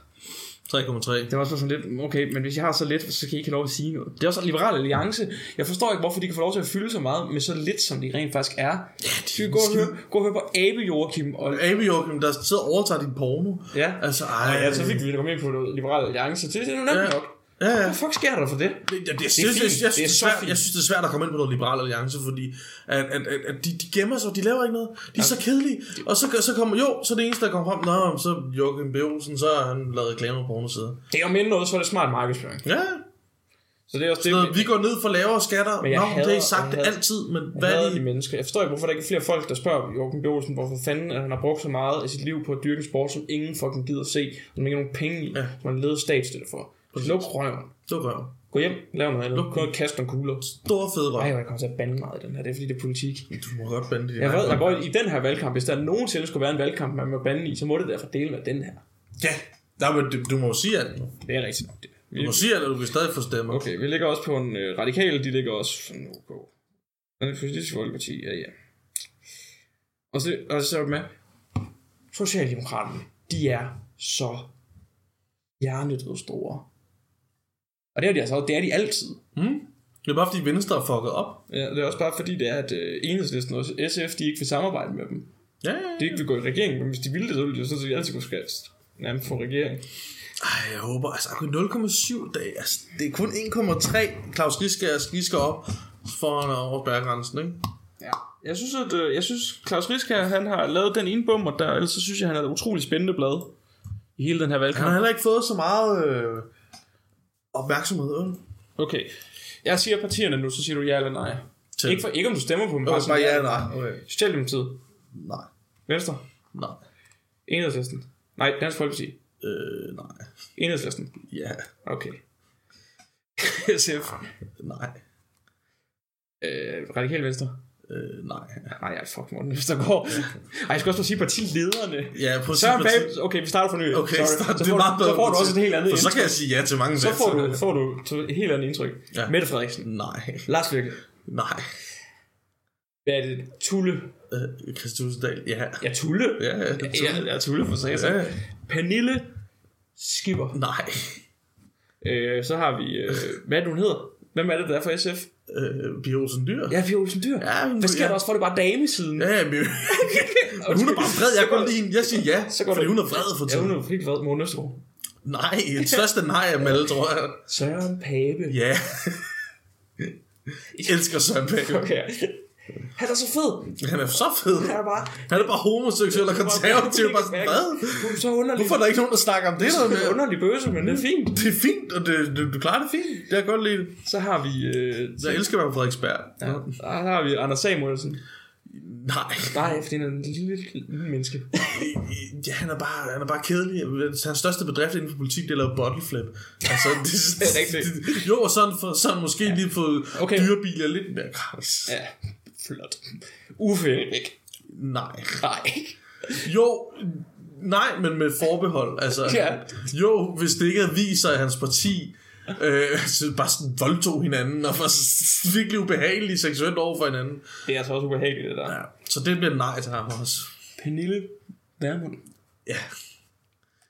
3,3. Det var også bare sådan lidt, mm, okay, men hvis jeg har så lidt, så kan I ikke have lov at sige noget. Det er også Liberal Alliance. Jeg forstår ikke, hvorfor de kan få lov til at fylde så meget med så lidt, som de rent faktisk er. Ja, de kan gå og, høre, gå og høre på Abe Joachim. Og, Abe Joachim, der sidder og overtager din porno. ja, Altså, ej. og ja, så fik vi det komme ind på noget Liberal Alliance. Det, det er jo nemt Ja. nok. Ja, ja. Hvad fuck sker der for det? Det, det, det, synes, fint. jeg, jeg, Det er så synes, det er svært, fint. jeg synes, det er svært at komme ind på noget liberal alliance, fordi at, at, at, at de, de gemmer sig, de laver ikke noget. De er så kedelige. Og så, så kommer, jo, så er det eneste, der kommer frem, nå, så er Joachim B. Olsen, så har han lavet reklamer på hendes side. Det er om end noget, så er det smart markedsføring. Ja, Så det er også så det, vi går ned for lavere skatter. Men Men jeg nå, hader- det har I sagt jeg hader- altid, men Hvad hvad hader er de det? mennesker? Jeg forstår ikke, hvorfor der ikke er flere folk, der spørger Joachim B. Olsen, hvorfor fanden at han har brugt så meget af sit liv på at dyrke en sport, som ingen fucking gider at se, som ikke har nogen penge i, ja. som han leder statsstøtte for. Luk røven. Det var røv. Gå hjem, lav noget andet. Kun kaste nogle kugler. Stor fed røv. Ej, hvor jeg kommer til at bande meget i den her. Det er fordi, det er politik. Du må godt bande det. Jeg ved, jeg ved, i den her valgkamp, hvis der nogensinde skulle være en valgkamp, man må bande i, så må det derfor dele med den her. Ja, der, men du- du må jo sige alt. nu. Det er rigtigt nok det. Du Vi, må sige alt, og du kan stadig få stemmer. okay, vi ligger også på en øh, radikal, de ligger også sådan OK. Den politiske folkeparti, ja ja. Og så, og så er det med, Socialdemokraterne, de er så hjernedød store. Og det er de altså, det er de altid. Det er bare fordi Venstre er fucket op. Ja, det er også bare fordi, det er, at øh, enhedslisten og SF, de ikke vil samarbejde med dem. Ja, ja, ja. de ikke vil gå i regering, men hvis de ville det, så ville de jo sådan set altid kunne skabe nærmest få regering. Ej, jeg håber, altså okay, 0,7 dage, altså, det er kun 1,3. Claus Riske skal op foran og over bærgrænsen, ikke? Ja. Jeg synes, at øh, jeg synes, Claus Rieskær, han har lavet den ene bummer der, ellers så synes jeg, han er et utroligt spændende blad i hele den her Han har valgkamp. heller ikke fået så meget øh, opmærksomhed. Øh. Okay. Jeg siger partierne nu, så siger du ja eller nej. Til. Ikke, for, ikke om du stemmer på dem, Bare, sådan- bare ja eller nej. Okay. Socialdemokratiet. Nej, Venstre. nej, Enhedslisten. Nej, Dansk Folkeparti. øh, nej, Enhedslisten. ja, Okay. (laughs) SF. nej, Øh, Radikal Venstre. øh, nej. Nej, jeg er fuck Morten Østergaard. Ej, jeg skal også bare sige partilederne. Ja, på Søren Pape, okay, vi starter for ny. Okay, Sorry. start, så, det får er meget du, bedre. så får du også et helt andet For så kan indtryk. jeg sige ja til mange Så får sæt. du, får du så et helt andet indtryk. Ja. Ja. Mette Frederiksen. Nej, Lars Løkke. nej. Hvad er det? Tulle. Øh, Christian Husendal, ja. Ja, Tulle. Ja, ja, Ja, Tulle. ja, Tulle for sig. Ja. Ja. Pernille Skipper. Nej. Øh, så har vi, øh, hvad er det, hun hedder? Hvem er det, der er for SF? Øh, Pia Olsen Dyr. Ja, Pia Olsen Dyr. Ja, hun- Hvad sker ja. der også for, det er bare damesiden? Ja, ja, men, (laughs) hun er bare vred. Jeg kan godt lide hende. Jeg siger ja, Så går fordi du- hun er vred for Ja, tiden. hun er helt vred. Morten Østergaard. Nej, den største nej af dem alle, tror jeg. Søren Pape. (laughs) Ja. Jeg elsker Søren Pape. Okay. Han er så fed. Han er så fed. Han er bare... Han er bare homoseksuel og (laughs) konservativ. Bare sådan, hvad? Du er så underlig. Hvorfor er der ikke nogen, der snakker om det? Der Du er en med? underlig bøse, men det er fint. Det er fint, og det, det, du klarer det fint. Det har jeg godt lide. Så har vi... Øh, Jeg elsker at være på Frederiksberg. ja, så har vi Anders Samuelsen. Nej. Nej, fordi han er en lille, lille, lille menneske. Ja, han er bare, han er bare kedelig. Hans største bedrift inden for politik, det er at lave bottle flip. Altså, det, (laughs) Det er rigtigt. Det, jo, og sådan, for, sådan måske ja. lige fået Okay. okay. dyrebiler lidt mere gratis. Ja. Ja, flot. Uffe Elbæk. Nej. Nej. Jo, nej, men med forbehold. Altså, Ja. Jo, hvis det ikke havde vist sig, at hans parti øh, så bare sådan voldtog hinanden og var s- virkelig ubehagelige seksuelt over for hinanden. Det er altså også ubehageligt, det der. Ja. Så det bliver et nej til ham også. Pernille Vermund. Ja,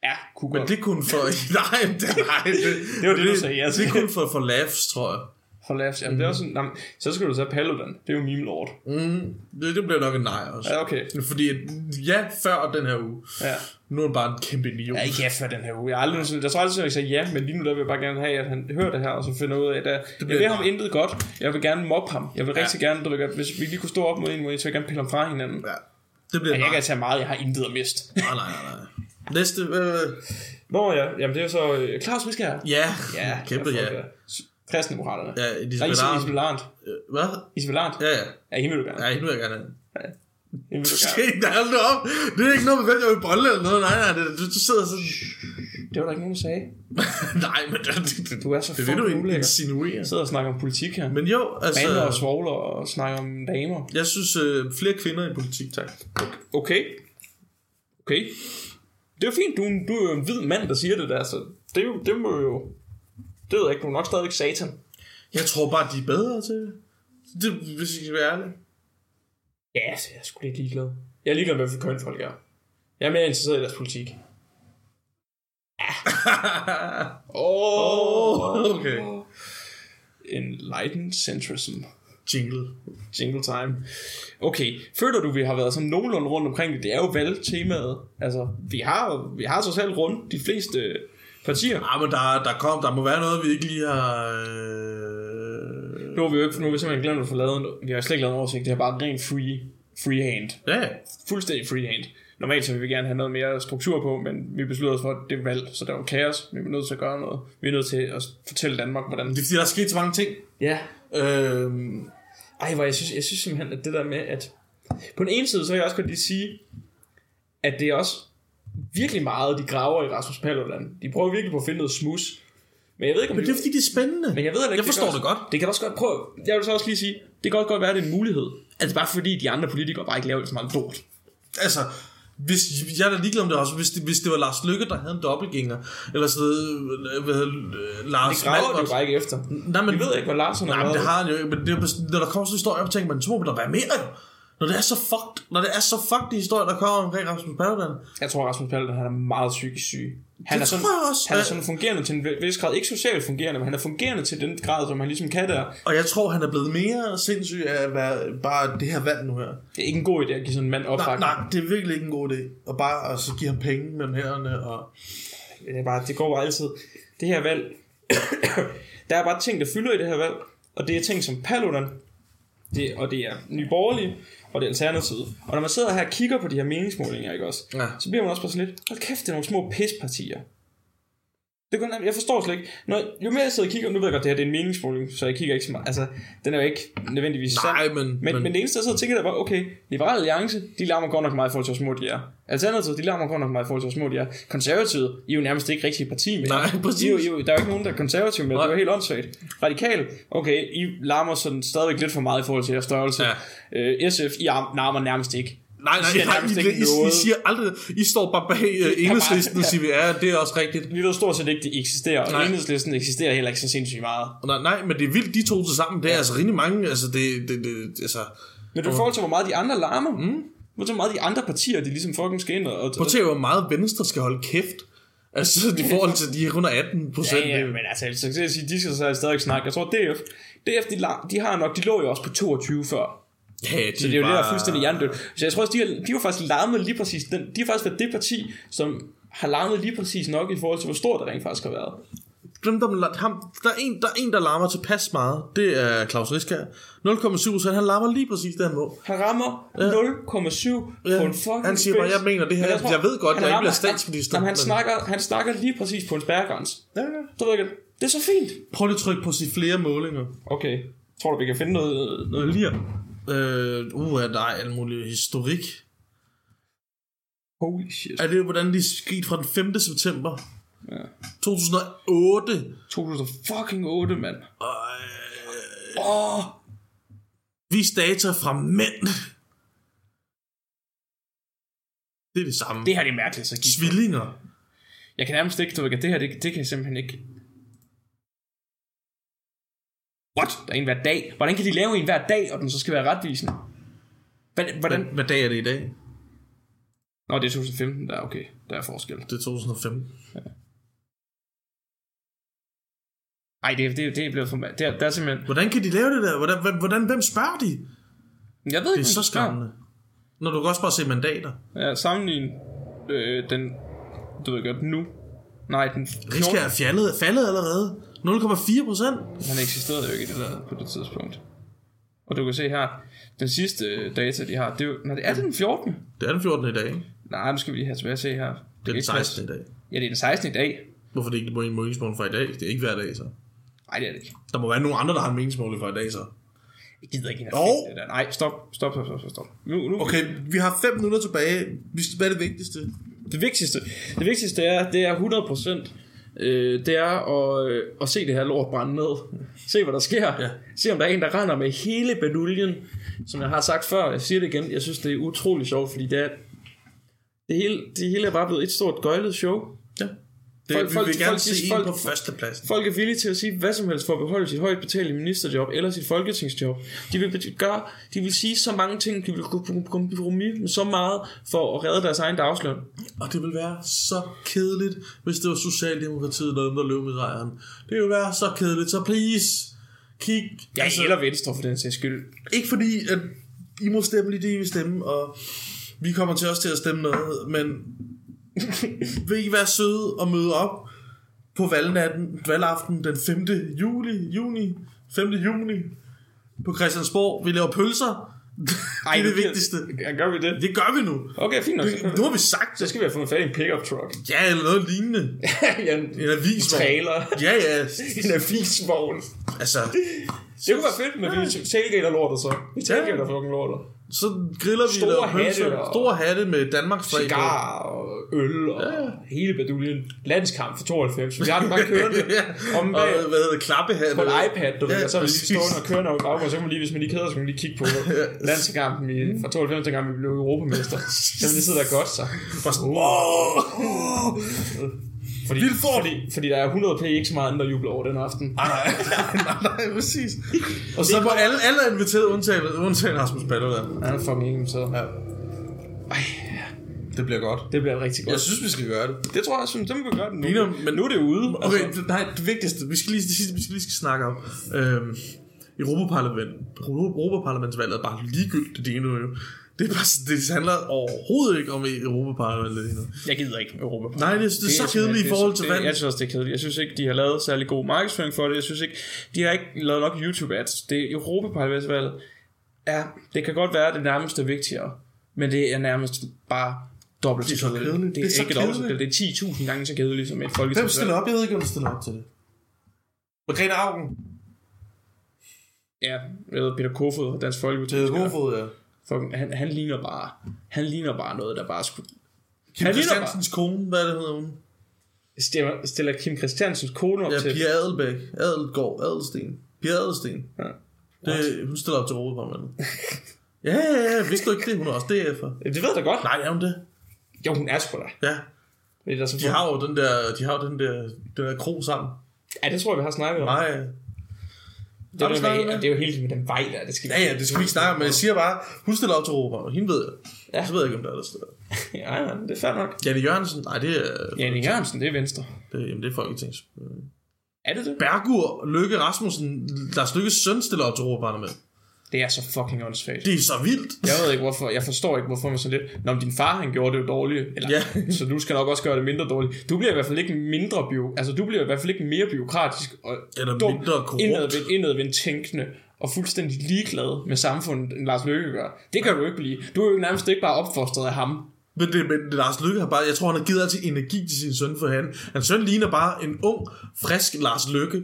Ja, kunne men godt. det kunne for... (laughs) Nej, det, nej, det, Det var det, du sagde, altså. Det kunne for, for laughs, tror jeg. For laughs. Jamen, det er også sådan, jamen, så skal du så have Paludan. Det er jo meme lord. Mm, det, det bliver nok en nej også. Mm-hmm. Ja, okay. Fordi at, ja, før den her uge, Ja. nu er han bare en kæmpe idiot. Ja, ikke ja for den her uge. Jeg, har aldrig, nogensinde- jeg tror aldrig, at jeg sagde ja, men lige nu der vil jeg bare gerne have, at han hører det her, og så finder ud af, at jeg, jeg vil bliver- ham intet godt. Jeg vil gerne mobbe ham. Jeg vil ja. rigtig gerne, du ved godt, hvis vi lige kunne stå op mod en mod en, så vil jeg gerne pille ham fra hinanden. Ja. Ja. Det bliver Men et jeg nej. kan tage meget, jeg har intet at miste. Nej, nej, nej, nej. Næste, øh, Nå ja, jamen det er så øh, Claus Miskær. ja, ja (laughs) kæmpe jeg ja. får det. Kristendemokraterne. Ja, Elisabeth Nej, Arndt. Isabel Arndt. Øh, Hvad? Isabel Arndt. Ja, ja. Ja, hende vil du gerne. Ja, hende vil jeg gerne have. Hende (laughs) vil Du du skal gerne. ikke holde det op. Det er ikke noget med, hvem jeg vil bolle eller noget. Nej, nej, det, du, du sidder sådan... (laughs) Det var der ikke nogen, der sagde. nej, men det, det, det, Du er så det vil du fucking ikke ulækker. insinuere. Jeg sidder og snakker om politik her. Men, Men jo, altså... Bander og svogler og snakker om damer. Jeg synes, øh, flere kvinder i politik, tak. Okay. Okay. Det er jo fint, du, er en- du er jo en hvid mand, der siger det der, så det, er jo, det må jo... Det ved jeg ikke, du er nok stadigvæk satan. Jeg tror bare, de er bedre til det. det hvis jeg skal være ærlig. Ja, så jeg er sgu lidt ligeglad. Jeg er ligeglad med, hvad køn folk er. Jeg er mere interesseret i deres politik. (laughs) Åh. oh. okay. Enlightened centrism. Jingle. Jingle time. Okay, føler du, vi har været sådan nogenlunde rundt omkring det? Det er jo valgtemaet. Altså, vi har, vi har totalt rundt de fleste øh, partier. Ah, men der, der, kom, der må være noget, vi ikke lige har... Øh... Nu har vi jo ikke, nu har vi simpelthen glemt at få lavet, en- vi har slet ikke lavet en oversigt, det er bare rent free, freehand. Ja, Fuldstændig freehand. Normalt så vil vi gerne have noget mere struktur på, men vi besluttede os for, at det er valg, så der var kaos, vi er nødt til at gøre noget. Vi er nødt til at fortælle Danmark, hvordan... det er fordi, der er sket så mange ting. Ja, Øhm, Øh, Ej, hvor jeg synes, jeg synes simpelthen, at det der med, at... På den ene side, så vil jeg også godt lige sige, at det er også virkelig meget, de graver i Rasmus Paludan. De prøver virkelig på at finde noget smus. Men jeg ved ikke, om Men det de- er fordi, det er spændende. men jeg ved heller ikke, jeg forstår kan det også, godt. Det kan også godt prøve. Jeg vil så også lige sige, det kan også godt være, at det er en mulighed. Altså bare fordi de andre politikere bare ikke laver så meget lort. Altså, hvis, jeg er da ligeglad om det også. Hvis det, hvis det var Lars Lykke, der havde en dobbeltgænger, eller sådan noget, øh, hvad hedder øh, Lars Det graver de jo Malbert. bare ikke efter. Nej, men, Vi ved ikke, hvor Larsen har Nej, men været. det har han jo ikke. Men det er, bare sådan, når der kommer sådan en historie op, tænker man, så må der være mere jo. Når det er så fucked, når det er så fucked de historier, der kommer omkring Rasmus Paludan. Jeg tror, Rasmus Paludan han er meget psykisk syg. Han Det er sådan, tror jeg også. han er sådan fungerende til en vis grad, ikke socialt fungerende, men han er fungerende til den grad, som han ligesom kan der. Og jeg tror, han er blevet mere sindssyg af at være bare det her vand nu her. Det er ikke en god idé at give sådan en mand Nej, opbakning. nej, det er virkelig ikke en god idé. Og bare at så give ham penge mellem hænderne. Og... det, er bare, det går bare altid. Det her valg, (coughs) der er bare ting, der fylder i det her valg, og det er ting som Paludan, det, og det er Nye Borgerlige, og det er Alternativet. Og når man sidder her og kigger på de her meningsmålinger, ikke også, Ja. så bliver man også bare sådan lidt, hold kæft, det er nogle små pispartier. Det kan, jeg forstår slet ikke. Når, jo mere jeg sidder og kigger, nu ved jeg godt, det her det er en meningsmåling, så jeg kigger ikke så meget. Altså, den er jo ikke nødvendigvis Nej, sand. men- men, men, men- men, det eneste, jeg sidder og tænker, der var, okay, Liberale Alliance, de larmer godt nok meget i forhold til, hvor små de er. Alternativet, de larmer godt nok meget i forhold til, hvor små de er. Konservative, I er jo nærmest ikke rigtig et parti med. Nej, præcis. I er jo, I er jo, der er jo ikke nogen, der er konservative med, det er jo helt åndssvagt. Radikal, okay, I larmer sådan stadigvæk lidt for meget i forhold til jeres størrelse. Ja. Øh, SF, I arm- larmer nærmest ikke. Nej, I nej, siger nej, nærmest I, ikke I, I, noget. siger aldrig, I står bare bag øh, enhedslisten og siger, ja, det er også rigtigt. Vi ved stort set ikke, de eksisterer, og Nej. enhedslisten eksisterer heller ikke så sindssygt meget. Nej, nej, men det er vildt, de to til sammen. Det er altså rimelig mange, altså det, det, det altså... Men du i forhold til, hvor meget de andre larmer, mm. hvor så meget de andre partier, de ligesom fucking skal ind og... og Prøv at tænke, hvor meget Venstre skal holde kæft. Altså, i forhold til de 118 procent. Ja, ja, men altså, så kan jeg sige, de skal så stadig snakke. Jeg tror, DF, DF de, la- de har nok, de lå jo også på 22 før. ja, Så det er jo det, der er fuldstændig hjernedødt. Så jeg tror også, de har, de har faktisk larmet lige præcis den. De har faktisk været det parti, som har larmet lige præcis nok i forhold til, hvor stort det rent faktisk har været. Dem, der, la- ham, der, er en, der er en, der larmer tilpas meget. Det er Claus Riskær. 0,7 han larmer lige præcis der må. Han rammer 0,7 Ja. på en fucking Han siger bare, spids. "Jeg mener det her. Men Jeg ved godt, han jeg ikke rammer- bliver statsminister." Han, jamen, han, Men- snakker, han snakker lige præcis på en spærregrænse. Ja, ja. Du ved ikke, det er så fint. Prøv lige at trykke på sig flere målinger. Okay, tror du, vi kan finde noget, noget lir? Øh, uh, nej, alt muligt historik. Holy shit. Er det, hvordan de er sket fra den 5. september? Ja. 2008. 2008, mand. Og, øh, Åh, oh, vis data fra mænd. Det er det samme. det her det er mærkeligt, så gik. Svillinger. Jeg kan nærmest ikke, du ved, ikke, det her, det, det kan jeg simpelthen ikke. What? Der er en hver dag. Hvordan kan de lave en hver dag, og den så skal være retvisende? Hvordan? hvordan? Hvad, hvad dag er det i dag? Nå, det er 2015, der er okay. Der er forskel. Det er 2015. Nej, det, det, det er blevet for ma- det er, der er simpelthen... Hvordan kan de lave det der? Hvordan, hvem, hvordan, hvem spørger de? Jeg ved Det ikke, er så om skræmmende. Når du kan også bare se mandater. Ja, sammenlign øh, den... Du ved godt, nu. Nej, den... Riske er fjaldet, faldet allerede. 0,4 procent. Han eksisterede jo ikke i det der på det tidspunkt. Og du kan se her, den sidste øh, data, de har, det er jo... Nå, det er det den 14. Det er den 14. i dag. ikke? Nej, nu skal vi lige have tilbage og se her. Det, Det kan er den ikke passe. 16. i dag. Ja, det er den 16. i dag. Hvorfor er det ikke på en meningsmål fra i dag? Det er ikke hver dag, så. Nej, det er det ikke. Der må være nogen andre, der har en meningsmål fra i dag, så. Jeg gider ikke, at Jo. det der. Nej, stop, stop, stop, stop, stop. Nu, nu. Okay, vi har 5 minutter tilbage. Vi- Hvad er det vigtigste? Det vigtigste, det vigtigste er, det er 100%. Øh, det er at, øh, at se det her lort brænde ned. Se, hvad der sker. Ja. Se, om der er en, der render med hele baduljen. Som jeg har sagt før, jeg siger det igen, jeg synes, det er utrolig sjovt, fordi det er... Det hele, det hele er bare blevet et stort gøjlet show. Ja. Det, Folk- folk, folk- vi folk, vil gerne folk- se en folk- på førstepladsen. Folk er villige til at sige hvad som helst for at beholde sit højt betalte ministerjob eller sit folketingsjob. De vil, bet- gøre, de vil sige så mange ting, de vil gå på kompromis med så meget for at redde deres egen dagsløn. Og det vil være så kedeligt, hvis det var Socialdemokratiet, der, der løb med sejren. Det vil være så kedeligt, så please, kig. Ja, altså, eller Venstre for den sags skyld. Ikke fordi, at I må stemme lige det, I vil stemme, og vi kommer til også til at stemme noget, men (laughs) vil I være søde og møde op på valgnatten, valgaften den 5. juli, juni, 5. juni på Christiansborg. Vi laver pølser. (laughs) Ej, det er det vigtigste. Ja, gør vi det? Det gør vi nu. Okay, fint nok. Nu har vi sagt Så det. skal vi have fundet fat i en pickup truck. Ja, eller noget lignende. ja, en En avisvogn. trailer. Ja, ja. (laughs) en avisvogn. Altså, Det kunne være fedt, men vi tailgater lortet så. Vi tailgater fucking lortet. så griller vi Store laver pølser. hatte og- Store hatte med Danmarks flag på. Cigar og øl og hele baduljen. Landskamp for 92. Vi har den bare kørende. (laughs) ja. Om og bag hvad hedder det, klappehatte. på en iPad, du ved, Ja, og så er vi lige præcis. stående og kørende over i baggrunden, så kan man lige, hvis man lige keder, sig, så kan man lige kigge (laughs) på landskampen i, fra 92, dengang vi blev europamester. Så kan man lige sidde der godt, så. Bare sådan, wow. Fordi, fordi, fordi der er 100 p ikke så meget andet, der jubler over den aften. Ah, nej, (laughs) nej, præcis. Og så var alle, alle er inviteret, undtagen, undtagen Rasmus Paludan. Han er fucking ikke så. Ja. Det bliver godt. Det bliver rigtig godt. Jeg synes, vi skal gøre det. det tror jeg, jeg synes, det må vi gøre det nu. Ligner, men nu er det ude. Okay, altså. nej, det vigtigste, vi skal lige, det sidste, vi skal lige skal snakke om. Øhm, Europaparlament, Europaparlamentsvalget er bare ligegyldigt lige nu jo. Det, er bare, sådan- det handler overhovedet ikke om Europaparlamentet lige nu. Jeg gider ikke Europa. Nej, det, det, det er så kedeligt i forhold til det, valget. Jeg synes også, det er kedeligt. Jeg synes ikke, de har lavet særlig god markedsføring for det. Jeg synes ikke, de har ikke lavet nok YouTube-ads. Det Europaparlamentsvalget er, det kan godt være, det nærmest er vigtigere, men det er nærmest bare dobbelt Det er så så kedeligt. kedeligt. Det er, Det er så ikke dobbelt så kedeligt. kedeligt. Det er 10.000 gange så kedeligt som et Hvem folketingsvalg. stiller op? Jeg ved ikke, hvem stiller op til det. Margrethe Augen. Ja, jeg ved, Peter Kofod og Dansk Folkeparti. Det er Kofod, ja. Fucking- Han, han, ligner bare, han ligner bare noget, der bare skulle... Kim Han ligner Christiansens kone, hvad er det hedder hun? Stiller, stiller Kim Christiansens kone op Ja, til... Pia Adelbæk. Adelgaard. Adelsten. Pia Adelsten. Ja. Det, hun stiller op til (laughs) Europaparlamentet. ja, ja, ja. Vidste du ikke det? Hun er også DF'er. Det ved jeg da godt. Nej, er hun det? Jo, hun er sgu da. Ja. Det er da så De har jo den der, de har jo den der, den der kro sammen. Ja, det tror jeg, vi har snakket om. Nej. Det er, Har du det, snakket med, om det? det er jo helt med den vej der, det skal Ja, ja, det skal vi ikke snakke om, men jeg siger bare, hun stiller op til Europaparlamentet. Hende ved jeg. Ja. Ja. Så ved jeg ikke, om der er der stiller. (laughs) ja, ja, det er fair nok. Janne Jørgensen? Nej, det er, Janne E. Jørgensen, det er venstre. det, jamen, det er Folketings. Er det det? Bergur Løkke Rasmussen, Lars Lykkes søn, stiller op til Europaparlamentet. Det er så fucking åndssvagt. Det er så vildt. Jeg ved ikke hvorfor, jeg forstår ikke hvorfor man sådan lidt Nå, men din far han gjorde det jo dårligt eller, Ja. (laughs) Så du skal nok også gøre det mindre dårligt Du bliver i hvert fald ikke mindre bio, altså du bliver i hvert fald ikke mere biokratisk og Eller dum, mindre korrupt. indadvendt, indadvendt tænkende Og fuldstændig ligeglad med samfundet end Lars Løkke gør Det kan du ikke blive Du er jo nærmest ikke bare opfostret af ham Men, det, men det, Lars Lykke har bare, jeg tror, han har givet altid energi til sin søn, for han, hans søn ligner bare en ung, frisk Lars Lykke.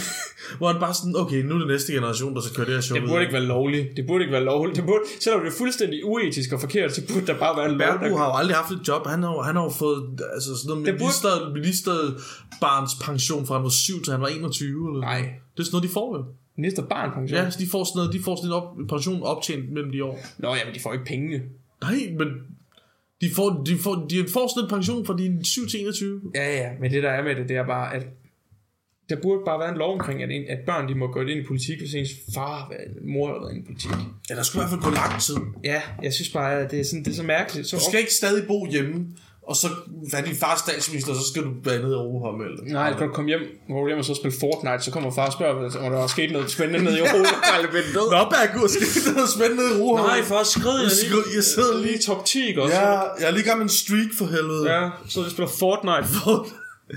(laughs) hvor han bare sådan, okay, nu er det næste generation, der skal køre det her show. Det burde ikke være lovligt Det burde ikke være lovligt det burde, Selvom det er fuldstændig uetisk og forkert Så burde der bare være en lov Berbu der, har jo aldrig haft et job. Han har, jo- han har jo fået altså sådan noget Det burde- minister, ministerbarns pension fra han var 7 til han var 21. Eller? Nej. Det er sådan noget, de får jo. Næste barn pension Ja, så de får sådan noget, de får sådan en op, pension optjent mellem de år. Nå ja, men de får ikke pengene Nej, men de får, de får, de får sådan en pension fra de er 7 til 21. Ja, ja, men det der er med det, det er bare, at der burde bare være en lov omkring, at, en, at børn de må gå ind i politik, hvis ens far eller mor har været inde i politik. Ja, der skulle i hvert fald gå lang tid. Ja, jeg synes bare, at det er, sådan, det er så mærkeligt. Så, Du skal ikke stadig bo hjemme, og så være din fars statsminister, og så skal du blandt andet over ham. Eller? Nej, skal du komme hjem, hvor du hjem og så spille Fortnite, så kommer far og spørger, hvad- om der er sket noget spændende nede i (laughs) Europa-parlamentet. Nå, Bergur, skal vi ikke noget spændende i Rohan? Nej, far, skrid, jeg, Skrid, jeg sidder lige i top 10, ikke også? Ja, jeg er lige i gang med en streak for helvede. (laughs) ja så jeg spiller Fortnite,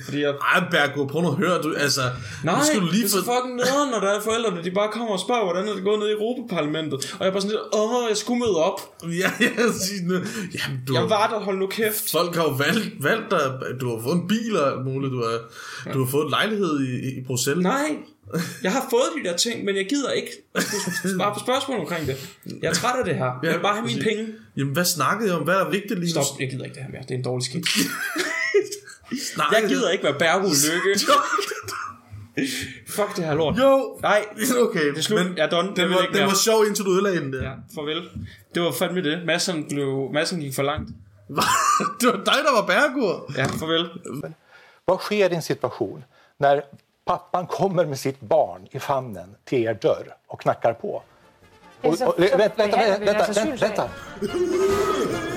fordi jeg... Ej, Bergur, prøv nu at høre, du, altså... Nej, nu skal du lige det er så fucking nederen, når der er forældrene, de bare kommer og spørger, hvordan er det gået nede i Europaparlamentet. Og jeg er bare sådan lidt, åh, jeg skulle møde op. Ja, (laughs) ja, sig nu. Jamen, du Jeg har- var der, hold nu kæft. Folk har jo valgt, valgt dig, du har fået en bil og alt muligt, du har, du har fået en lejlighed i, i Bruxelles. Nej, jeg har fået de der ting, men jeg gider ikke at skulle (laughs) svare på spørgsmål omkring det. Jeg er træt af det her. Jeg vil bare have mine penge. Jamen, hvad snakkede jeg om? Hvad er vigtigt lige nu? Stop, jeg gider ikke det her mere. Det er en dårlig (laughs) skidt. Snakkede Jeg gider (laughs) ikke være bærgo lykke. Fuck det her lort. Jo, Nej, okay. det er slut. Men jeg er done. den, Det vil var, jeg ikke den var mere. sjov, indtil du ødelagde den der. Ja, farvel. Det var fandme det. Massen, blev, massen gik for langt. (laughs) det var dig, der var bærgur. Ja, farvel. Vad sker i en situation när pappan kommer med sitt barn i famnen till er dörr och knackar på? Och, och, vänta, vänta, vänta, vänta, vänta.